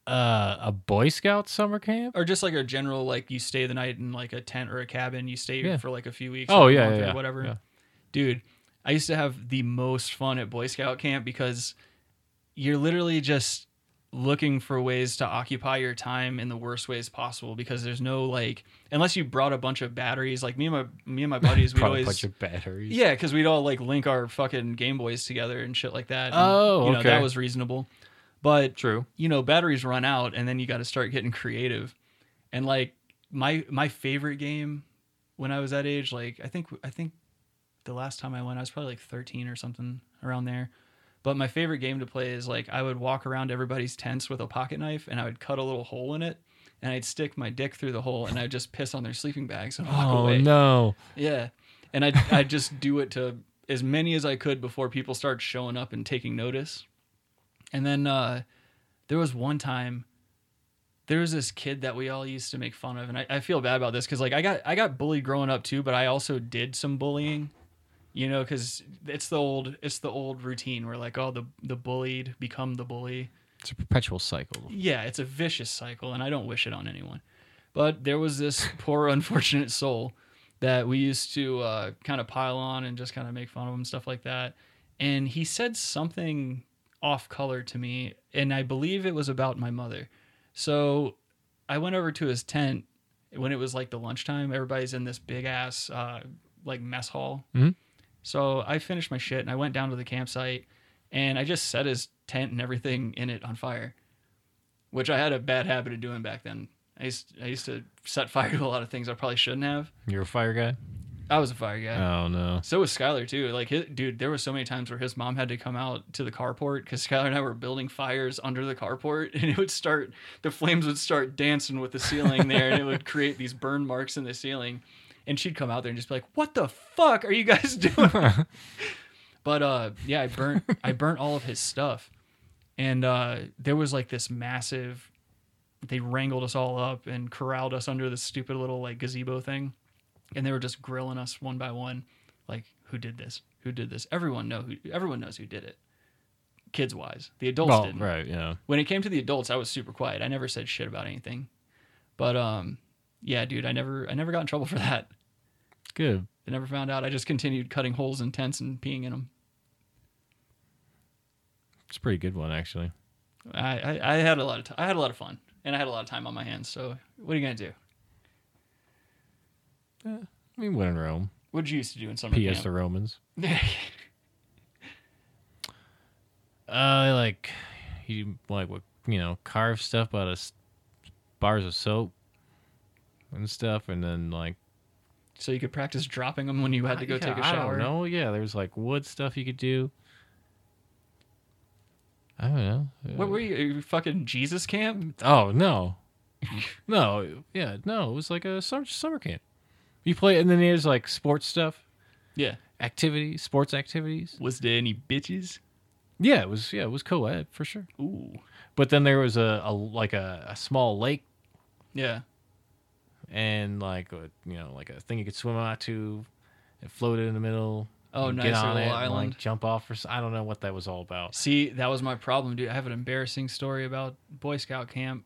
[SPEAKER 2] Uh, a Boy Scout summer camp.
[SPEAKER 1] or just like a general like you stay the night in like a tent or a cabin, you stay
[SPEAKER 2] Yeah.
[SPEAKER 1] for like a few weeks
[SPEAKER 2] Oh,
[SPEAKER 1] or a
[SPEAKER 2] yeah,
[SPEAKER 1] month
[SPEAKER 2] yeah,
[SPEAKER 1] or
[SPEAKER 2] yeah,
[SPEAKER 1] whatever.
[SPEAKER 2] yeah.
[SPEAKER 1] Dude, I used to have the most fun at Boy Scout camp because you're literally just looking for ways to occupy your time in the worst ways possible because there's no like unless you brought a bunch of batteries like me and my me and my buddies we
[SPEAKER 2] Probably
[SPEAKER 1] always
[SPEAKER 2] a bunch of batteries.
[SPEAKER 1] Yeah, because we'd all like link our fucking Game Boys together and shit like that. And,
[SPEAKER 2] Oh,
[SPEAKER 1] you know,
[SPEAKER 2] okay.
[SPEAKER 1] That was reasonable, but
[SPEAKER 2] True.
[SPEAKER 1] you know, batteries run out, and then you got to start getting creative. And like my my favorite game when I was that age, like I think I think the last time I went, I was probably like thirteen or something around there. But my favorite game to play is like I would walk around everybody's tents with a pocket knife, and I would cut a little hole in it, and I'd stick my dick through the hole, and I'd just piss on their sleeping bags and walk
[SPEAKER 2] Oh
[SPEAKER 1] away.
[SPEAKER 2] no.
[SPEAKER 1] Yeah. And I I just do it to as many as I could before people start showing up and taking notice. And then uh there was one time there was this kid that we all used to make fun of and I, I feel bad about this because like I got I got bullied growing up too, but I also did some bullying. You know, because it's the old it's the old routine where like, oh the the bullied become the bully.
[SPEAKER 2] It's a perpetual cycle.
[SPEAKER 1] Yeah, it's a vicious cycle, and I don't wish it on anyone. But there was this poor, unfortunate soul that we used to uh, kind of pile on and just kind of make fun of him, stuff like that. And he said something off color to me, and I believe it was about my mother. So I went over to his tent when it was like the lunchtime. Everybody's in this big ass uh, like mess hall.
[SPEAKER 2] Mhm.
[SPEAKER 1] So I finished my shit and I went down to the campsite and I just set his tent and everything in it on fire which I had a bad habit of doing back then. I used I used to set fire to a lot of things I probably shouldn't have.
[SPEAKER 2] You're a fire guy.
[SPEAKER 1] I was a fire guy.
[SPEAKER 2] Oh no.
[SPEAKER 1] So was Skylar too. Like, his, dude, there were so many times where his mom had to come out to the carport because Skylar and I were building fires under the carport, and it would start. The flames would start dancing with the ceiling there, and it would create these burn marks in the ceiling. And she'd come out there and just be like, "What the fuck are you guys doing?" but uh, yeah, I burnt I burnt all of his stuff, and uh, there was like this massive. They wrangled us all up and corralled us under this stupid little like gazebo thing, and they were just grilling us one by one like who did this who did this everyone know who everyone knows who did it kids wise. The adults
[SPEAKER 2] Well,
[SPEAKER 1] didn't.
[SPEAKER 2] right, yeah.
[SPEAKER 1] When it came to the adults, I was super quiet. I never said shit about anything. But um, yeah, dude, I never I never got in trouble for that.
[SPEAKER 2] Good.
[SPEAKER 1] They never found out. I just continued cutting holes in tents and peeing in them.
[SPEAKER 2] It's a pretty good one actually.
[SPEAKER 1] I, I, I had a lot of t- I had a lot of fun and I had a lot of time on my hands. So what are you gonna do?
[SPEAKER 2] I mean, when in Rome.
[SPEAKER 1] What did you used to do in summer
[SPEAKER 2] P.S. the
[SPEAKER 1] camp?
[SPEAKER 2] Romans. Uh, like you like what you know, carve stuff out of s- bars of soap and stuff, and then like
[SPEAKER 1] so you could practice dropping them when you had to go
[SPEAKER 2] Yeah,
[SPEAKER 1] take a
[SPEAKER 2] I
[SPEAKER 1] shower.
[SPEAKER 2] don't know. Yeah, there's like wood stuff you could do. I don't know.
[SPEAKER 1] What were you? you fucking Jesus camp?
[SPEAKER 2] Oh no, no, yeah, no. It was like a summer, summer camp. You play, and then there's like sports stuff,
[SPEAKER 1] Yeah.
[SPEAKER 2] activities, sports activities.
[SPEAKER 1] Was there any bitches?
[SPEAKER 2] Yeah, it was. Yeah, it was co-ed for sure.
[SPEAKER 1] Ooh.
[SPEAKER 2] But then there was a, a like a, a small lake
[SPEAKER 1] Yeah.
[SPEAKER 2] and like a, you know like a thing you could swim out to, and float it in the middle.
[SPEAKER 1] Oh,
[SPEAKER 2] and
[SPEAKER 1] nice, a little
[SPEAKER 2] and, like,
[SPEAKER 1] island.
[SPEAKER 2] jump off or so- I don't know what that was all about.
[SPEAKER 1] See, that was my problem, dude. I have an embarrassing story about Boy Scout camp.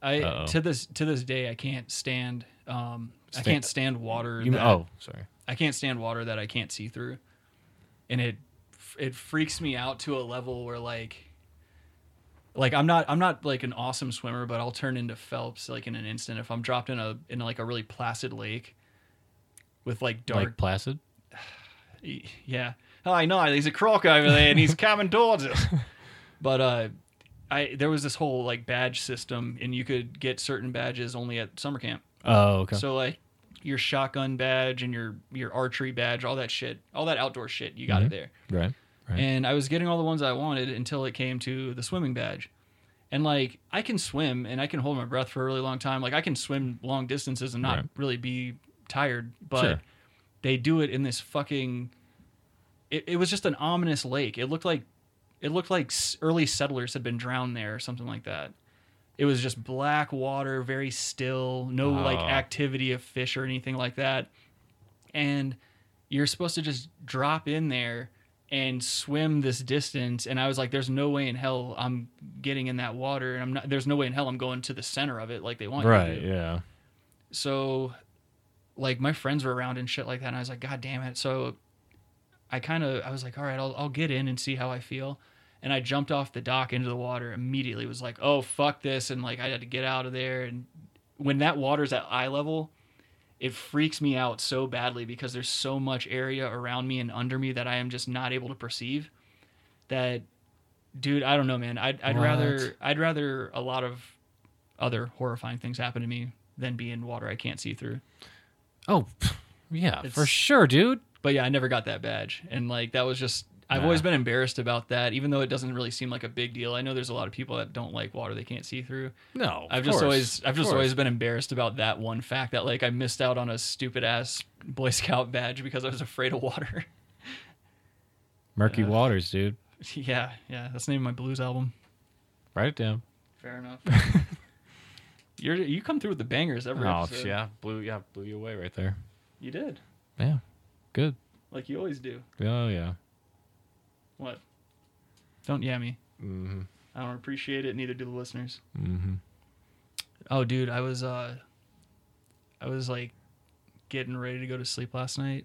[SPEAKER 1] I
[SPEAKER 2] Uh-oh.
[SPEAKER 1] to this to this day I can't stand um I
[SPEAKER 2] Sta-
[SPEAKER 1] can't stand water.
[SPEAKER 2] You,
[SPEAKER 1] that-
[SPEAKER 2] oh, sorry.
[SPEAKER 1] I can't stand water that I can't see through, and it it freaks me out to a level where like like I'm not I'm not like an awesome swimmer, but I'll turn into Phelps like in an instant if I'm dropped in a in like a really placid lake with like dark
[SPEAKER 2] Like Placid.
[SPEAKER 1] Y- yeah. Oh, I know. There's a croc over there, and he's coming towards us. But uh, I there was this whole like badge system, and you could get certain badges only at summer camp.
[SPEAKER 2] Oh, okay.
[SPEAKER 1] So like your shotgun badge and your your archery badge, all that shit, all that outdoor shit, you got
[SPEAKER 2] Mhm.
[SPEAKER 1] it there.
[SPEAKER 2] right. Right.
[SPEAKER 1] And I was getting all the ones I wanted until it came to the swimming badge. And like I can swim and I can hold my breath for a really long time. Like I can swim long distances and not
[SPEAKER 2] Right.
[SPEAKER 1] really be tired, but
[SPEAKER 2] Sure.
[SPEAKER 1] they do it in this fucking it, it was just an ominous lake. It looked like it looked like s- early settlers had been drowned there or something like that. It was just black water, very still, no like
[SPEAKER 2] Ah.
[SPEAKER 1] activity of fish or anything like that. And you're supposed to just drop in there and swim this distance and i was like there's no way in hell i'm getting in that water and i'm not there's no way in hell i'm going to the center of it like they want you to
[SPEAKER 2] Right.
[SPEAKER 1] do.
[SPEAKER 2] Yeah.
[SPEAKER 1] so like my friends were around and shit like that and i was like god damn it so i kind of i was like all right I'll, I'll get in and see how i feel and i jumped off the dock into the water immediately was like oh fuck this and like i had to get out of there and when that water's at eye level it freaks me out so badly because there's so much area around me and under me that i am just not able to perceive that dude i don't know man i'd, I'd
[SPEAKER 2] What?
[SPEAKER 1] rather i'd rather a lot of other horrifying things happen to me than be in water I can't see through.
[SPEAKER 2] Oh, yeah, for
[SPEAKER 1] It's-
[SPEAKER 2] sure, dude.
[SPEAKER 1] But yeah, I never got that badge. And like that was just I've
[SPEAKER 2] Nah.
[SPEAKER 1] always been embarrassed about that, even though it doesn't really seem like a big deal. I know there's a lot of people that don't like water they can't see through.
[SPEAKER 2] No,
[SPEAKER 1] I've
[SPEAKER 2] of
[SPEAKER 1] just
[SPEAKER 2] course,
[SPEAKER 1] always I've
[SPEAKER 2] of
[SPEAKER 1] just
[SPEAKER 2] course.
[SPEAKER 1] always been embarrassed about that one fact that like I missed out on a stupid ass Boy Scout badge because I was afraid of water.
[SPEAKER 2] murky
[SPEAKER 1] uh,
[SPEAKER 2] waters, dude.
[SPEAKER 1] yeah, yeah. That's the name of my blues album.
[SPEAKER 2] Write it down.
[SPEAKER 1] Fair enough. You're you come through with the bangers every
[SPEAKER 2] Oh
[SPEAKER 1] episode.
[SPEAKER 2] yeah, blew yeah blew you away right there.
[SPEAKER 1] You did.
[SPEAKER 2] Yeah, good.
[SPEAKER 1] Like you always do.
[SPEAKER 2] Oh yeah.
[SPEAKER 1] What? Don't yeah me.
[SPEAKER 2] Mm-hmm.
[SPEAKER 1] I don't appreciate it, neither do the listeners.
[SPEAKER 2] Mm-hmm.
[SPEAKER 1] Oh, dude, I was uh, I was like getting ready to go to sleep last night,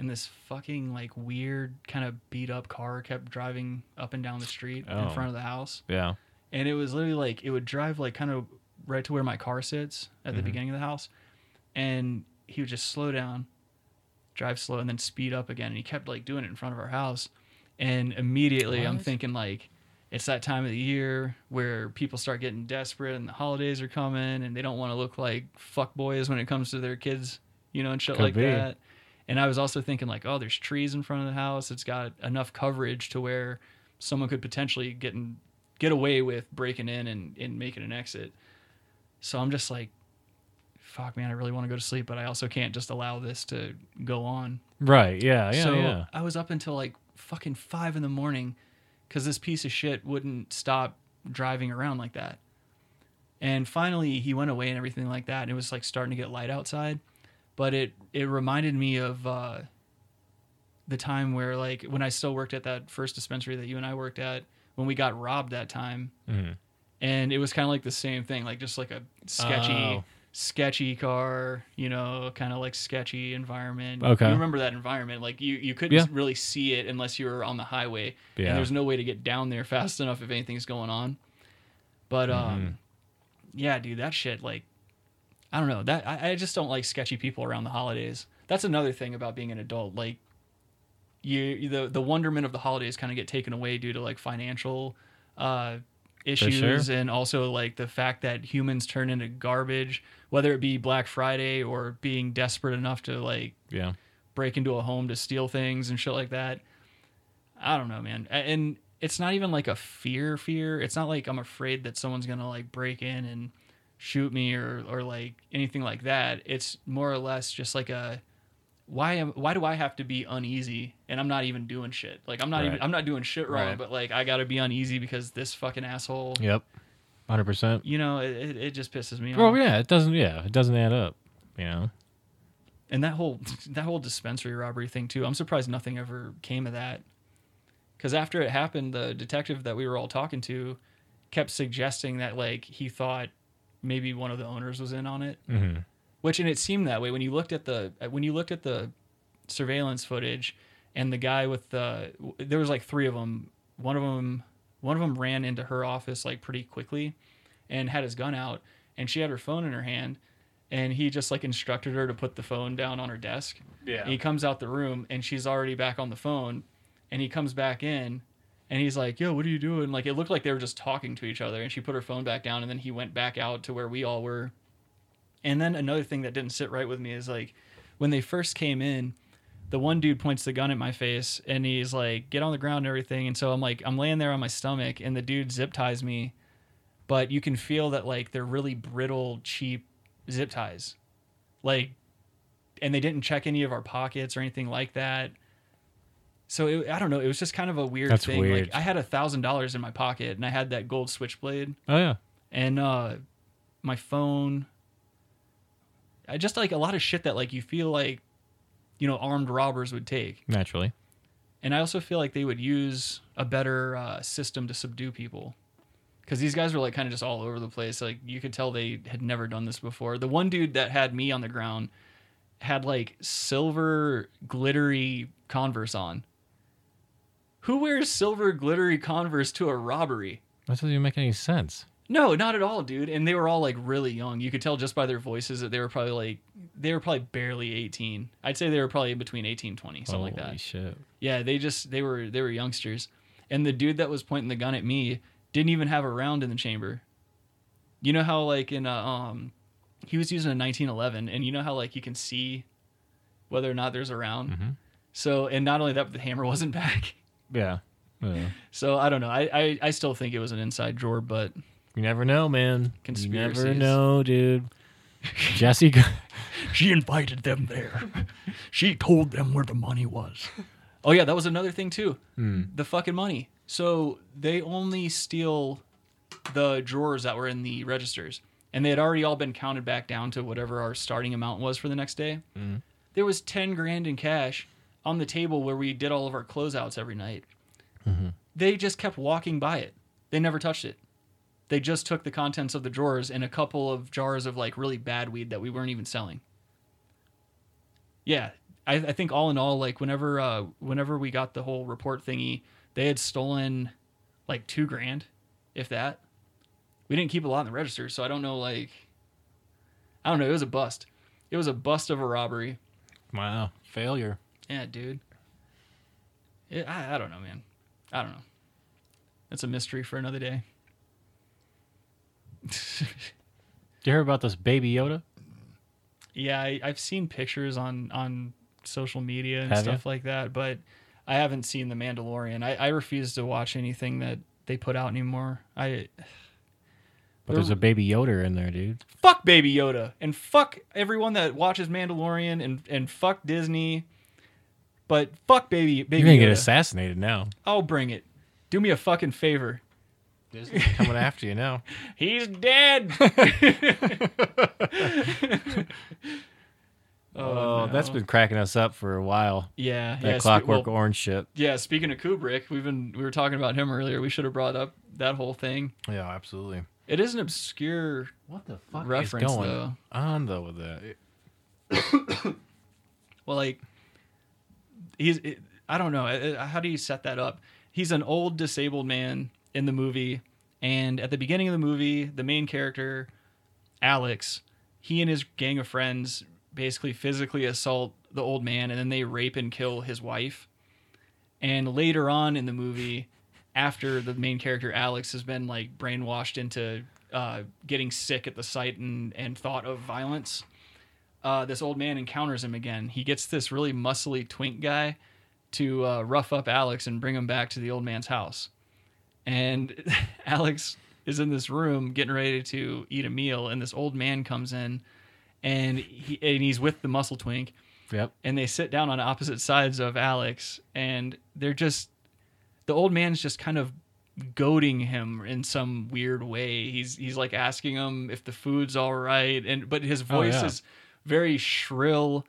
[SPEAKER 1] and this fucking like weird kind of beat up car kept driving up and down the street in
[SPEAKER 2] Oh.
[SPEAKER 1] front of the house,
[SPEAKER 2] Yeah.
[SPEAKER 1] and it was literally like it would drive like kind of right to where my car sits at the
[SPEAKER 2] Mhm.
[SPEAKER 1] beginning of the house, and he would just slow down, drive slow, and then speed up again, and he kept like doing it in front of our house, and immediately I'm
[SPEAKER 2] What?
[SPEAKER 1] thinking like it's that time of the year where people start getting desperate and the holidays are coming and they don't want to look like fuckboys when it comes to their kids, you know, and shit
[SPEAKER 2] Could
[SPEAKER 1] like
[SPEAKER 2] be.
[SPEAKER 1] that. And I was also thinking like, oh, there's trees in front of the house. It's got enough coverage to where someone could potentially get in, get away with breaking in and, and making an exit. So I'm just like, fuck man, I really want to go to sleep, but I also can't just allow this to go on
[SPEAKER 2] Right. Yeah. Yeah.
[SPEAKER 1] so
[SPEAKER 2] yeah.
[SPEAKER 1] I was up until like fucking five in the morning because this piece of shit wouldn't stop driving around like that. And finally, he went away and everything like that. And it was like starting to get light outside, but it it reminded me of uh, the time where like when I still worked at that first dispensary that you and I worked at when we got robbed that time,
[SPEAKER 2] Mhm.
[SPEAKER 1] and it was kind of like the same thing, like just like a sketchy,
[SPEAKER 2] Oh.
[SPEAKER 1] sketchy car, you know, kind of like sketchy environment.
[SPEAKER 2] Okay.
[SPEAKER 1] you remember that environment? Like you you couldn't
[SPEAKER 2] Yeah.
[SPEAKER 1] really see it unless you were on the highway,
[SPEAKER 2] Yeah.
[SPEAKER 1] and there's no way to get down there fast enough if anything's going on. But um, yeah, dude, that shit like I don't know. That I, I just don't like sketchy people around the holidays. That's another thing about being an adult. Like you, you- the the wonderment of the holidays kind of get taken away due to like financial uh issues and also like the fact that humans turn into garbage, whether it be Black Friday or being desperate enough to like
[SPEAKER 2] Yeah.
[SPEAKER 1] break into a home to steal things and shit like that. I don't know, man. A- And it's not even like a fear fear. It's not like I'm afraid that someone's going to like break in and shoot me or or like anything like that. It's more or less just like a why am why do I have to be uneasy and I'm not even doing shit. Like I'm not
[SPEAKER 2] Right.
[SPEAKER 1] even I'm not doing shit wrong,
[SPEAKER 2] Right.
[SPEAKER 1] but like I got to be uneasy because this fucking asshole,
[SPEAKER 2] Yep. Hundred percent.
[SPEAKER 1] you know, it, it it just pisses me off.
[SPEAKER 2] Well, yeah, it doesn't. Yeah, it doesn't add up. You know.
[SPEAKER 1] And that whole that whole dispensary robbery thing too. I'm surprised nothing ever came of that. Cuz after it happened, the detective that we were all talking to kept suggesting that like he thought maybe one of the owners was in on it.
[SPEAKER 2] Mm-hmm.
[SPEAKER 1] Which and it seemed that way when you looked at the at- when you looked at the surveillance footage and the guy with the w- there was like three of them. One of them one of them ran into her office like pretty quickly and had his gun out and she had her phone in her hand and he just like instructed her to put the phone down on her desk.
[SPEAKER 2] Yeah.
[SPEAKER 1] He comes out the room and she's already back on the phone and he comes back in and he's like, "Yo, what are you doing?" Like it looked like they were just talking to each other and she put her phone back down and then he went back out to where we all were. And then another thing that didn't sit right with me is like when they first came in, the one dude points the gun at my face and he's like, get on the ground and everything. And so I'm like, I'm laying there on my stomach and the dude zip ties me. But you can feel that like they're really brittle, cheap zip ties. Like, and they didn't check any of our pockets or anything like that. So it, I don't know. It was just kind of a weird
[SPEAKER 2] That's
[SPEAKER 1] thing.
[SPEAKER 2] weird.
[SPEAKER 1] Like I had a thousand dollars in my pocket and I had that gold switchblade
[SPEAKER 2] Oh yeah.
[SPEAKER 1] and uh my phone I just like a lot of shit that like you feel like you know armed robbers would take
[SPEAKER 2] Naturally.
[SPEAKER 1] and I also feel like they would use a better uh, system to subdue people because these guys were like kind of just all over the place like you could tell they had never done this before the one dude that had me on the ground had like silver glittery converse on who wears silver glittery converse to a robbery
[SPEAKER 2] That doesn't even make any sense.
[SPEAKER 1] no, not at all, dude. And they were all like really young. You could tell just by their voices that they were probably like they were probably barely 18. I'd say they were probably between 18 and 20, something like
[SPEAKER 2] Holy
[SPEAKER 1] that.
[SPEAKER 2] shit.
[SPEAKER 1] Yeah, they just they were they were youngsters. And the dude that was pointing the gun at me didn't even have a round in the chamber. You know how like in a um he was using a 1911 and you know how like you can see whether or not there's a round.
[SPEAKER 2] Mhm.
[SPEAKER 1] So, and not only that, but the hammer wasn't back.
[SPEAKER 2] Yeah. Yeah.
[SPEAKER 1] So, I don't know. I I, I still think it was an inside drawer, but
[SPEAKER 2] You never know, man. You never
[SPEAKER 1] Conspiracies.
[SPEAKER 2] know, dude. Jesse. Go-
[SPEAKER 3] She invited them there. she told them where the money was.
[SPEAKER 1] Oh yeah, that was another thing too. The fucking money. So they only steal the drawers that were in the registers, and they had already all been counted back down to whatever our starting amount was for the next day. There was ten grand in cash on the table where we did all of our closeouts every night. They just kept walking by it. They never touched it. They just took the contents of the drawers and a couple of jars of like really bad weed that we weren't even selling yeah I, I think all in all like whenever uh whenever we got the whole report thingy they had stolen like two grand if that we didn't keep a lot in the register so i don't know like i don't know it was a bust it was a bust of a robbery
[SPEAKER 2] wow. Failure.
[SPEAKER 1] yeah dude it, I, I don't know man i don't know that's a mystery for another day
[SPEAKER 2] Did you hear about this baby Yoda?
[SPEAKER 1] Yeah, I, I've seen pictures on on social media and
[SPEAKER 2] Have
[SPEAKER 1] stuff like that, but I haven't seen The Mandalorian. I, I refuse to watch anything that they put out anymore. I
[SPEAKER 2] But there's
[SPEAKER 1] There-
[SPEAKER 2] a baby Yoda in there, dude.
[SPEAKER 1] fuck Baby Yoda and fuck everyone that watches Mandalorian and and fuck Disney. But fuck Baby Baby
[SPEAKER 2] You're gonna get
[SPEAKER 1] Yoda.
[SPEAKER 2] assassinated now.
[SPEAKER 1] I'll bring it. Do me a fucking favor.
[SPEAKER 2] Disney's coming after you now.
[SPEAKER 1] He's dead.
[SPEAKER 2] Oh, that's
[SPEAKER 1] no.
[SPEAKER 2] been cracking us up for a while.
[SPEAKER 1] Yeah,
[SPEAKER 2] That
[SPEAKER 1] yeah. spe-
[SPEAKER 2] Clockwork
[SPEAKER 1] well,
[SPEAKER 2] Orange shit.
[SPEAKER 1] yeah, speaking of Kubrick, we've been we were talking about him earlier. We should have brought up that whole thing.
[SPEAKER 2] Yeah, absolutely.
[SPEAKER 1] It is an obscure
[SPEAKER 2] What the fuck
[SPEAKER 1] Reference,
[SPEAKER 2] is going
[SPEAKER 1] though.
[SPEAKER 2] on though with that?
[SPEAKER 1] Well, like he's it, I don't know. I- I- How do you set that up? He's an old disabled man in the movie, and at the beginning of the movie, the main character, Alex, he and his gang of friends basically physically assault the old man, and then they rape and kill his wife. And later on in the movie, after the main character Alex has been like brainwashed into uh, getting sick at the sight and, and thought of violence, uh, this old man encounters him again. He gets this really muscly twink guy to uh, rough up Alex and bring him back to the old man's house. And Alex is in this room getting ready to eat a meal, and this old man comes in, and he and he's with the muscle twink,
[SPEAKER 2] Yep.
[SPEAKER 1] and they sit down on opposite sides of Alex, and they're just the old man's just kind of goading him in some weird way. He's he's like asking him if the food's all right, and but his voice
[SPEAKER 2] yeah.
[SPEAKER 1] is very shrill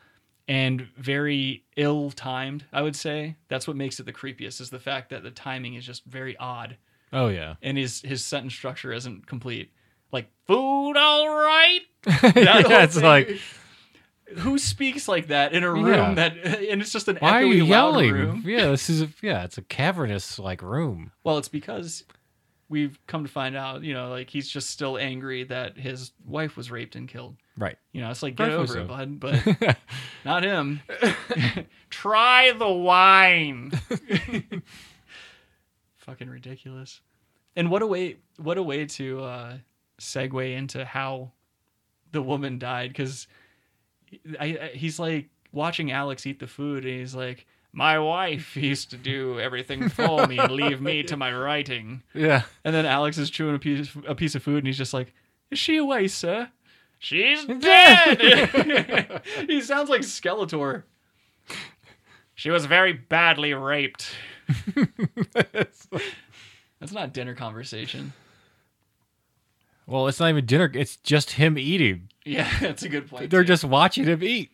[SPEAKER 1] and very ill timed. I would say that's what makes it the creepiest is the fact that the timing is just very odd
[SPEAKER 2] Oh yeah.
[SPEAKER 1] and his his sentence structure isn't complete. Like food all right. whole
[SPEAKER 2] yeah, it's
[SPEAKER 1] thing.
[SPEAKER 2] like
[SPEAKER 1] Who speaks like that in a room
[SPEAKER 2] Yeah.
[SPEAKER 1] that and it's just an
[SPEAKER 2] why are
[SPEAKER 1] echoey
[SPEAKER 2] you
[SPEAKER 1] loud
[SPEAKER 2] yelling?
[SPEAKER 1] room?
[SPEAKER 2] Yeah, this is a, yeah, it's a cavernous like room.
[SPEAKER 1] Well, it's because we've come to find out, you know, like he's just still angry that his wife was raped and killed.
[SPEAKER 2] Right.
[SPEAKER 1] You know, it's like get
[SPEAKER 2] Rightfully
[SPEAKER 1] over it,
[SPEAKER 2] so.
[SPEAKER 1] bud. But not him. Try the wine. Fucking ridiculous. And what a way! What a way to uh, segue into how the woman died, because I, I, he's like watching Alex eat the food, and he's like, "My wife used to do everything for me and leave me to my writing."
[SPEAKER 2] yeah.
[SPEAKER 1] And then Alex is chewing a piece a piece of food, and he's just like, "Is she away, sir?" She's dead. he sounds like Skeletor. She was very badly raped. That's not dinner conversation.
[SPEAKER 2] well, it's not even dinner. It's just him eating.
[SPEAKER 1] Yeah, that's a good point.
[SPEAKER 2] They're
[SPEAKER 1] too.
[SPEAKER 2] just watching him eat.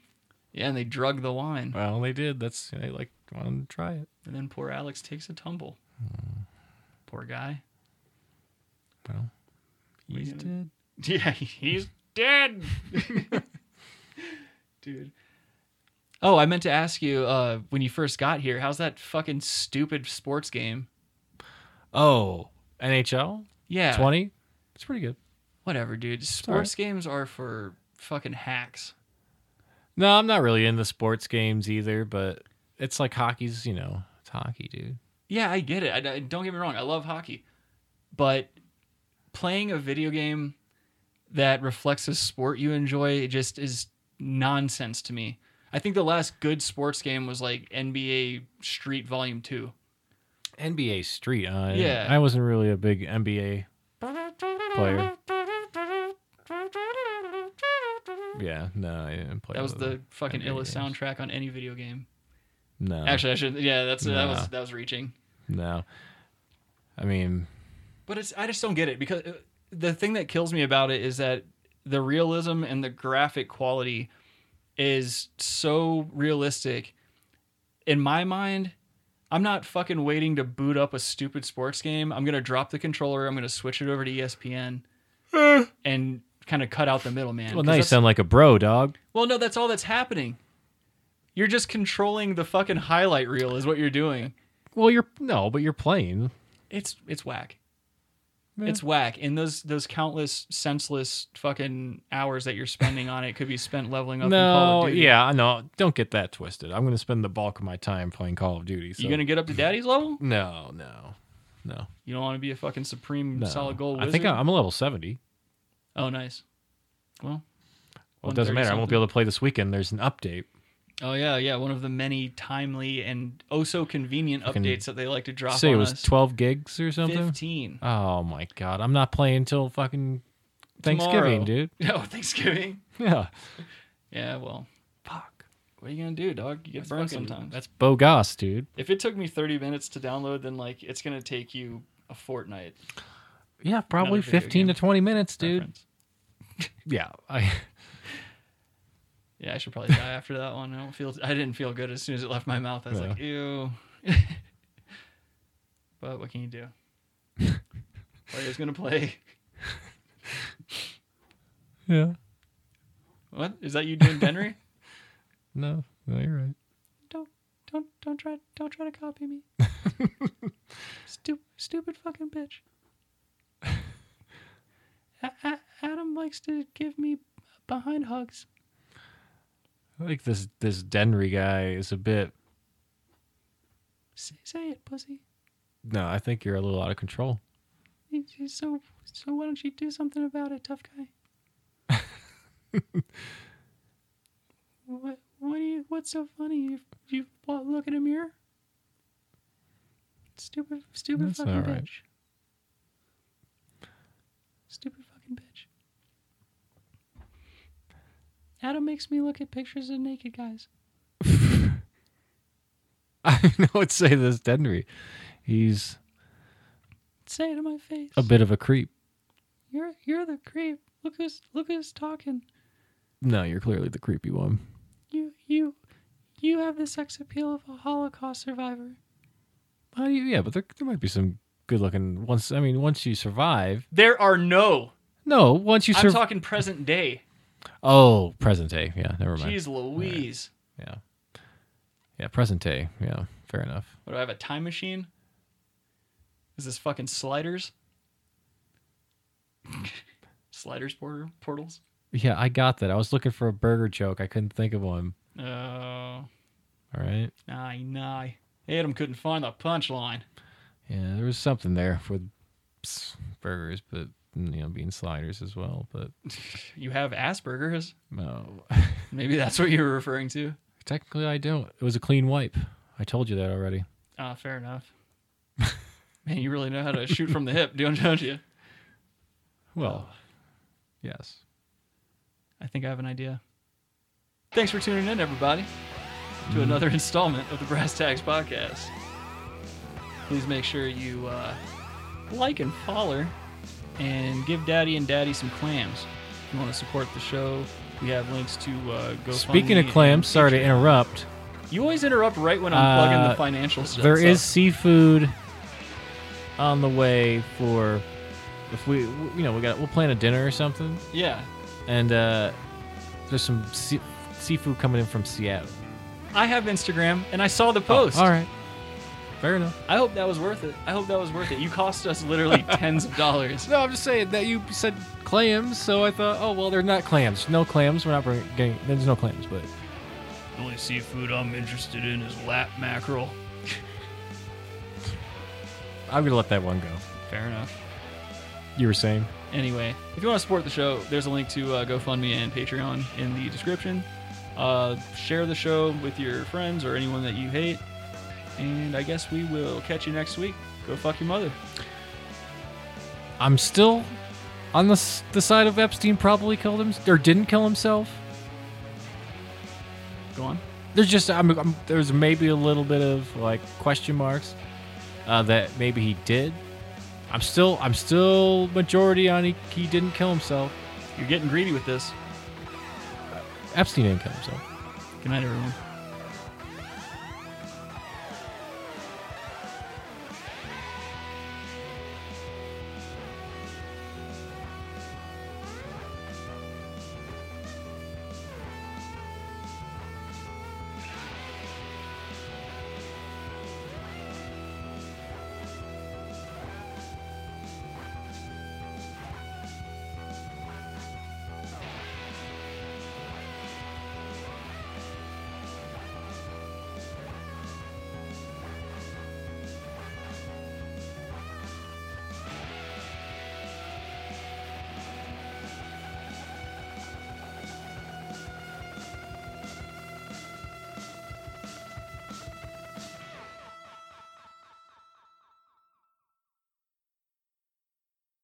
[SPEAKER 1] yeah, and they drug the wine,
[SPEAKER 2] Well, they did. That's they like wanted to try it.
[SPEAKER 1] and then poor Alex takes a tumble. Poor guy.
[SPEAKER 2] Well, he's
[SPEAKER 1] Yeah.
[SPEAKER 2] dead.
[SPEAKER 1] Yeah, he's dead. Dude. Oh, I meant to ask you uh, when you first got here, how's that fucking stupid sports game?
[SPEAKER 2] Oh, NHL
[SPEAKER 1] Yeah.
[SPEAKER 2] twenty. It's pretty good.
[SPEAKER 1] Whatever, dude. Sports games are for fucking hacks.
[SPEAKER 2] No, I'm not really into sports games either, but it's like hockey's. You know, it's hockey, dude.
[SPEAKER 1] Yeah, I get it. I, I- don't get me wrong. I love hockey. But playing a video game that reflects a sport you enjoy just is nonsense to me. I think the last good sports game was like NBA Street Volume 2.
[SPEAKER 2] NBA Street. Uh,
[SPEAKER 1] Yeah.
[SPEAKER 2] I wasn't really a big NBA player. Yeah, no, I didn't play.
[SPEAKER 1] That was
[SPEAKER 2] with
[SPEAKER 1] the fucking
[SPEAKER 2] NBA
[SPEAKER 1] illest
[SPEAKER 2] games.
[SPEAKER 1] soundtrack on any video game.
[SPEAKER 2] No,
[SPEAKER 1] Actually, I should. Yeah, that's that
[SPEAKER 2] Nah.
[SPEAKER 1] was that was reaching.
[SPEAKER 2] no. I mean,
[SPEAKER 1] But it's I just don't get it because uh, the thing that kills me about it is that the realism and the graphic quality is so realistic. In my mind, I'm not fucking waiting to boot up a stupid sports game. I'm gonna drop the controller. I'm gonna switch it over to E ESPN, and kind of cut out the middleman.
[SPEAKER 2] well,
[SPEAKER 1] 'cause
[SPEAKER 2] now you
[SPEAKER 1] that's-
[SPEAKER 2] sound like a bro, dog.
[SPEAKER 1] Well, no, that's all that's happening. You're just controlling the fucking highlight reel is what you're doing.
[SPEAKER 2] Well, you're no, but you're playing.
[SPEAKER 1] It's it's whack.
[SPEAKER 2] Yeah.
[SPEAKER 1] It's whack. And those those countless senseless fucking hours that you're spending on it could be spent leveling up in Call
[SPEAKER 2] No,
[SPEAKER 1] of Duty.
[SPEAKER 2] yeah, I know. Don't get that twisted. I'm going to spend the bulk of my time playing Call of Duty. So.
[SPEAKER 1] You gonna get up to daddy's level?
[SPEAKER 2] No, no, no.
[SPEAKER 1] You don't want to be a fucking supreme
[SPEAKER 2] no.
[SPEAKER 1] solid gold wizard.
[SPEAKER 2] I think I- I'm a level seventy.
[SPEAKER 1] oh, nice. Well,
[SPEAKER 2] Well, it doesn't matter. I won't be
[SPEAKER 1] 130
[SPEAKER 2] able to play this weekend. There's an update.
[SPEAKER 1] Oh yeah, yeah. One of the many timely and oh so convenient
[SPEAKER 2] Fucking-
[SPEAKER 1] updates that they like to drop.
[SPEAKER 2] Say it
[SPEAKER 1] on
[SPEAKER 2] was
[SPEAKER 1] us.
[SPEAKER 2] 12 gigs or something.
[SPEAKER 1] fifteen.
[SPEAKER 2] Oh my god, I'm not playing until fucking Thanksgiving,
[SPEAKER 1] Tomorrow.
[SPEAKER 2] dude.
[SPEAKER 1] No Oh, Thanksgiving.
[SPEAKER 2] Yeah,
[SPEAKER 1] Yeah, well,
[SPEAKER 2] fuck.
[SPEAKER 1] what are you gonna do, dog? You get burned sometimes.
[SPEAKER 2] That's bogus, dude.
[SPEAKER 1] if it took me 30 minutes to download, then like it's gonna take you a fortnight.
[SPEAKER 2] Yeah, probably
[SPEAKER 1] video
[SPEAKER 2] 15 to
[SPEAKER 1] game
[SPEAKER 2] 20 minutes, dude.
[SPEAKER 1] reference.
[SPEAKER 2] Yeah, I
[SPEAKER 1] Yeah, I should probably die after that one. I don't feel. I didn't feel good as soon as it left my mouth. I was
[SPEAKER 2] Yeah.
[SPEAKER 1] like, ew. but what can you do? Player's gonna play.
[SPEAKER 2] Yeah.
[SPEAKER 1] What is that? You doing, Denry?
[SPEAKER 2] No. No, you're right.
[SPEAKER 1] don't, don't, don't try, don't try to copy me. stupid, stupid fucking bitch. A- A- Adam likes to give me behind hugs.
[SPEAKER 2] I think this this Denry guy is a bit.
[SPEAKER 1] Say, say it, pussy.
[SPEAKER 2] No, I think you're a little out of control.
[SPEAKER 1] He's, he's so, so why don't you do something about it, tough guy? what, what do you, what's so funny? You, you wa- look in a mirror? Stupid, stupid
[SPEAKER 2] That's
[SPEAKER 1] fucking
[SPEAKER 2] not right.
[SPEAKER 1] bitch. Stupid fucking bitch. Adam makes me look at pictures of naked guys.
[SPEAKER 2] I would say this Denry, he's
[SPEAKER 1] Say it in my face.
[SPEAKER 2] a bit of a creep.
[SPEAKER 1] You're, you're the creep. Look who's, look who's talking.
[SPEAKER 2] No, you're clearly the creepy one.
[SPEAKER 1] You you you have the sex appeal of a Holocaust survivor.
[SPEAKER 2] Well, you- yeah, but there, there might be some good looking once. I mean, once you survive.
[SPEAKER 1] There are no.
[SPEAKER 2] No, once you
[SPEAKER 1] I'm
[SPEAKER 2] survive.
[SPEAKER 1] talking present day.
[SPEAKER 2] oh, present day. Yeah, never mind.
[SPEAKER 1] Jeez Louise.
[SPEAKER 2] Yeah, yeah, present day. Yeah, fair enough.
[SPEAKER 1] What do I have a time machine? Is this fucking sliders? sliders porter, portals?
[SPEAKER 2] Yeah, I got that. I was looking for a burger joke. I couldn't think of one.
[SPEAKER 1] Oh, uh,
[SPEAKER 2] All right.
[SPEAKER 1] nah, nah. Adam couldn't find the punchline.
[SPEAKER 2] Yeah, there was something there with s- burgers, but you know, being sliders as well. But
[SPEAKER 1] You have Asperger's.
[SPEAKER 2] no,
[SPEAKER 1] Maybe that's what you were referring to.
[SPEAKER 2] technically, I don't. It was a clean wipe. I told you that already.
[SPEAKER 1] Ah, fair enough. Man, you really know how to shoot from the hip, don't don't you?
[SPEAKER 2] Well, yes.
[SPEAKER 1] I think I have an idea. Thanks for tuning in, everybody, to another installment of the Brass Tags Podcast. Please make sure you uh, like and follow and give Daddy and Daddy some clams. If you want to support the show, we have links to uh, GoFundMe.
[SPEAKER 2] Speaking of
[SPEAKER 1] and
[SPEAKER 2] clams, sorry to
[SPEAKER 1] Patreon.
[SPEAKER 2] interrupt.
[SPEAKER 1] You always interrupt right when I'm plugging
[SPEAKER 2] Uh,
[SPEAKER 1] the financial stuff.
[SPEAKER 2] There
[SPEAKER 1] so-
[SPEAKER 2] is seafood on the way for if we, w- you know, we got we'll plan a dinner or something,
[SPEAKER 1] Yeah.
[SPEAKER 2] and uh, there's some sea, seafood coming in from Seattle.
[SPEAKER 1] I have Instagram, and I saw the post.
[SPEAKER 2] Oh, all right. Fair enough.
[SPEAKER 1] I hope that was worth it. I hope that was worth it. You cost us literally tens of dollars.
[SPEAKER 2] No, I'm just saying that you said clams, so I thought, oh well, they're not clams. No clams. We're not bringing. Getting, there's no clams, but
[SPEAKER 3] The only seafood I'm interested in is lap mackerel.
[SPEAKER 2] I'm gonna let that one go.
[SPEAKER 1] Fair enough.
[SPEAKER 2] You were saying.
[SPEAKER 1] Anyway, if you want to support the show, there's a link to uh, GoFundMe and Patreon in the description. Uh, share the show with your friends or anyone that you hate. And I guess we will catch you next week. Go fuck your mother.
[SPEAKER 2] I'm still on the s- the side of Epstein probably killed him or didn't kill himself.
[SPEAKER 1] Go on.
[SPEAKER 2] There's just I'm, I'm, there's maybe a little bit of like question marks uh, that maybe he did. I'm still I'm still majority on he, he didn't kill himself.
[SPEAKER 1] You're getting greedy with this.
[SPEAKER 2] Epstein didn't kill himself.
[SPEAKER 1] Good night, everyone.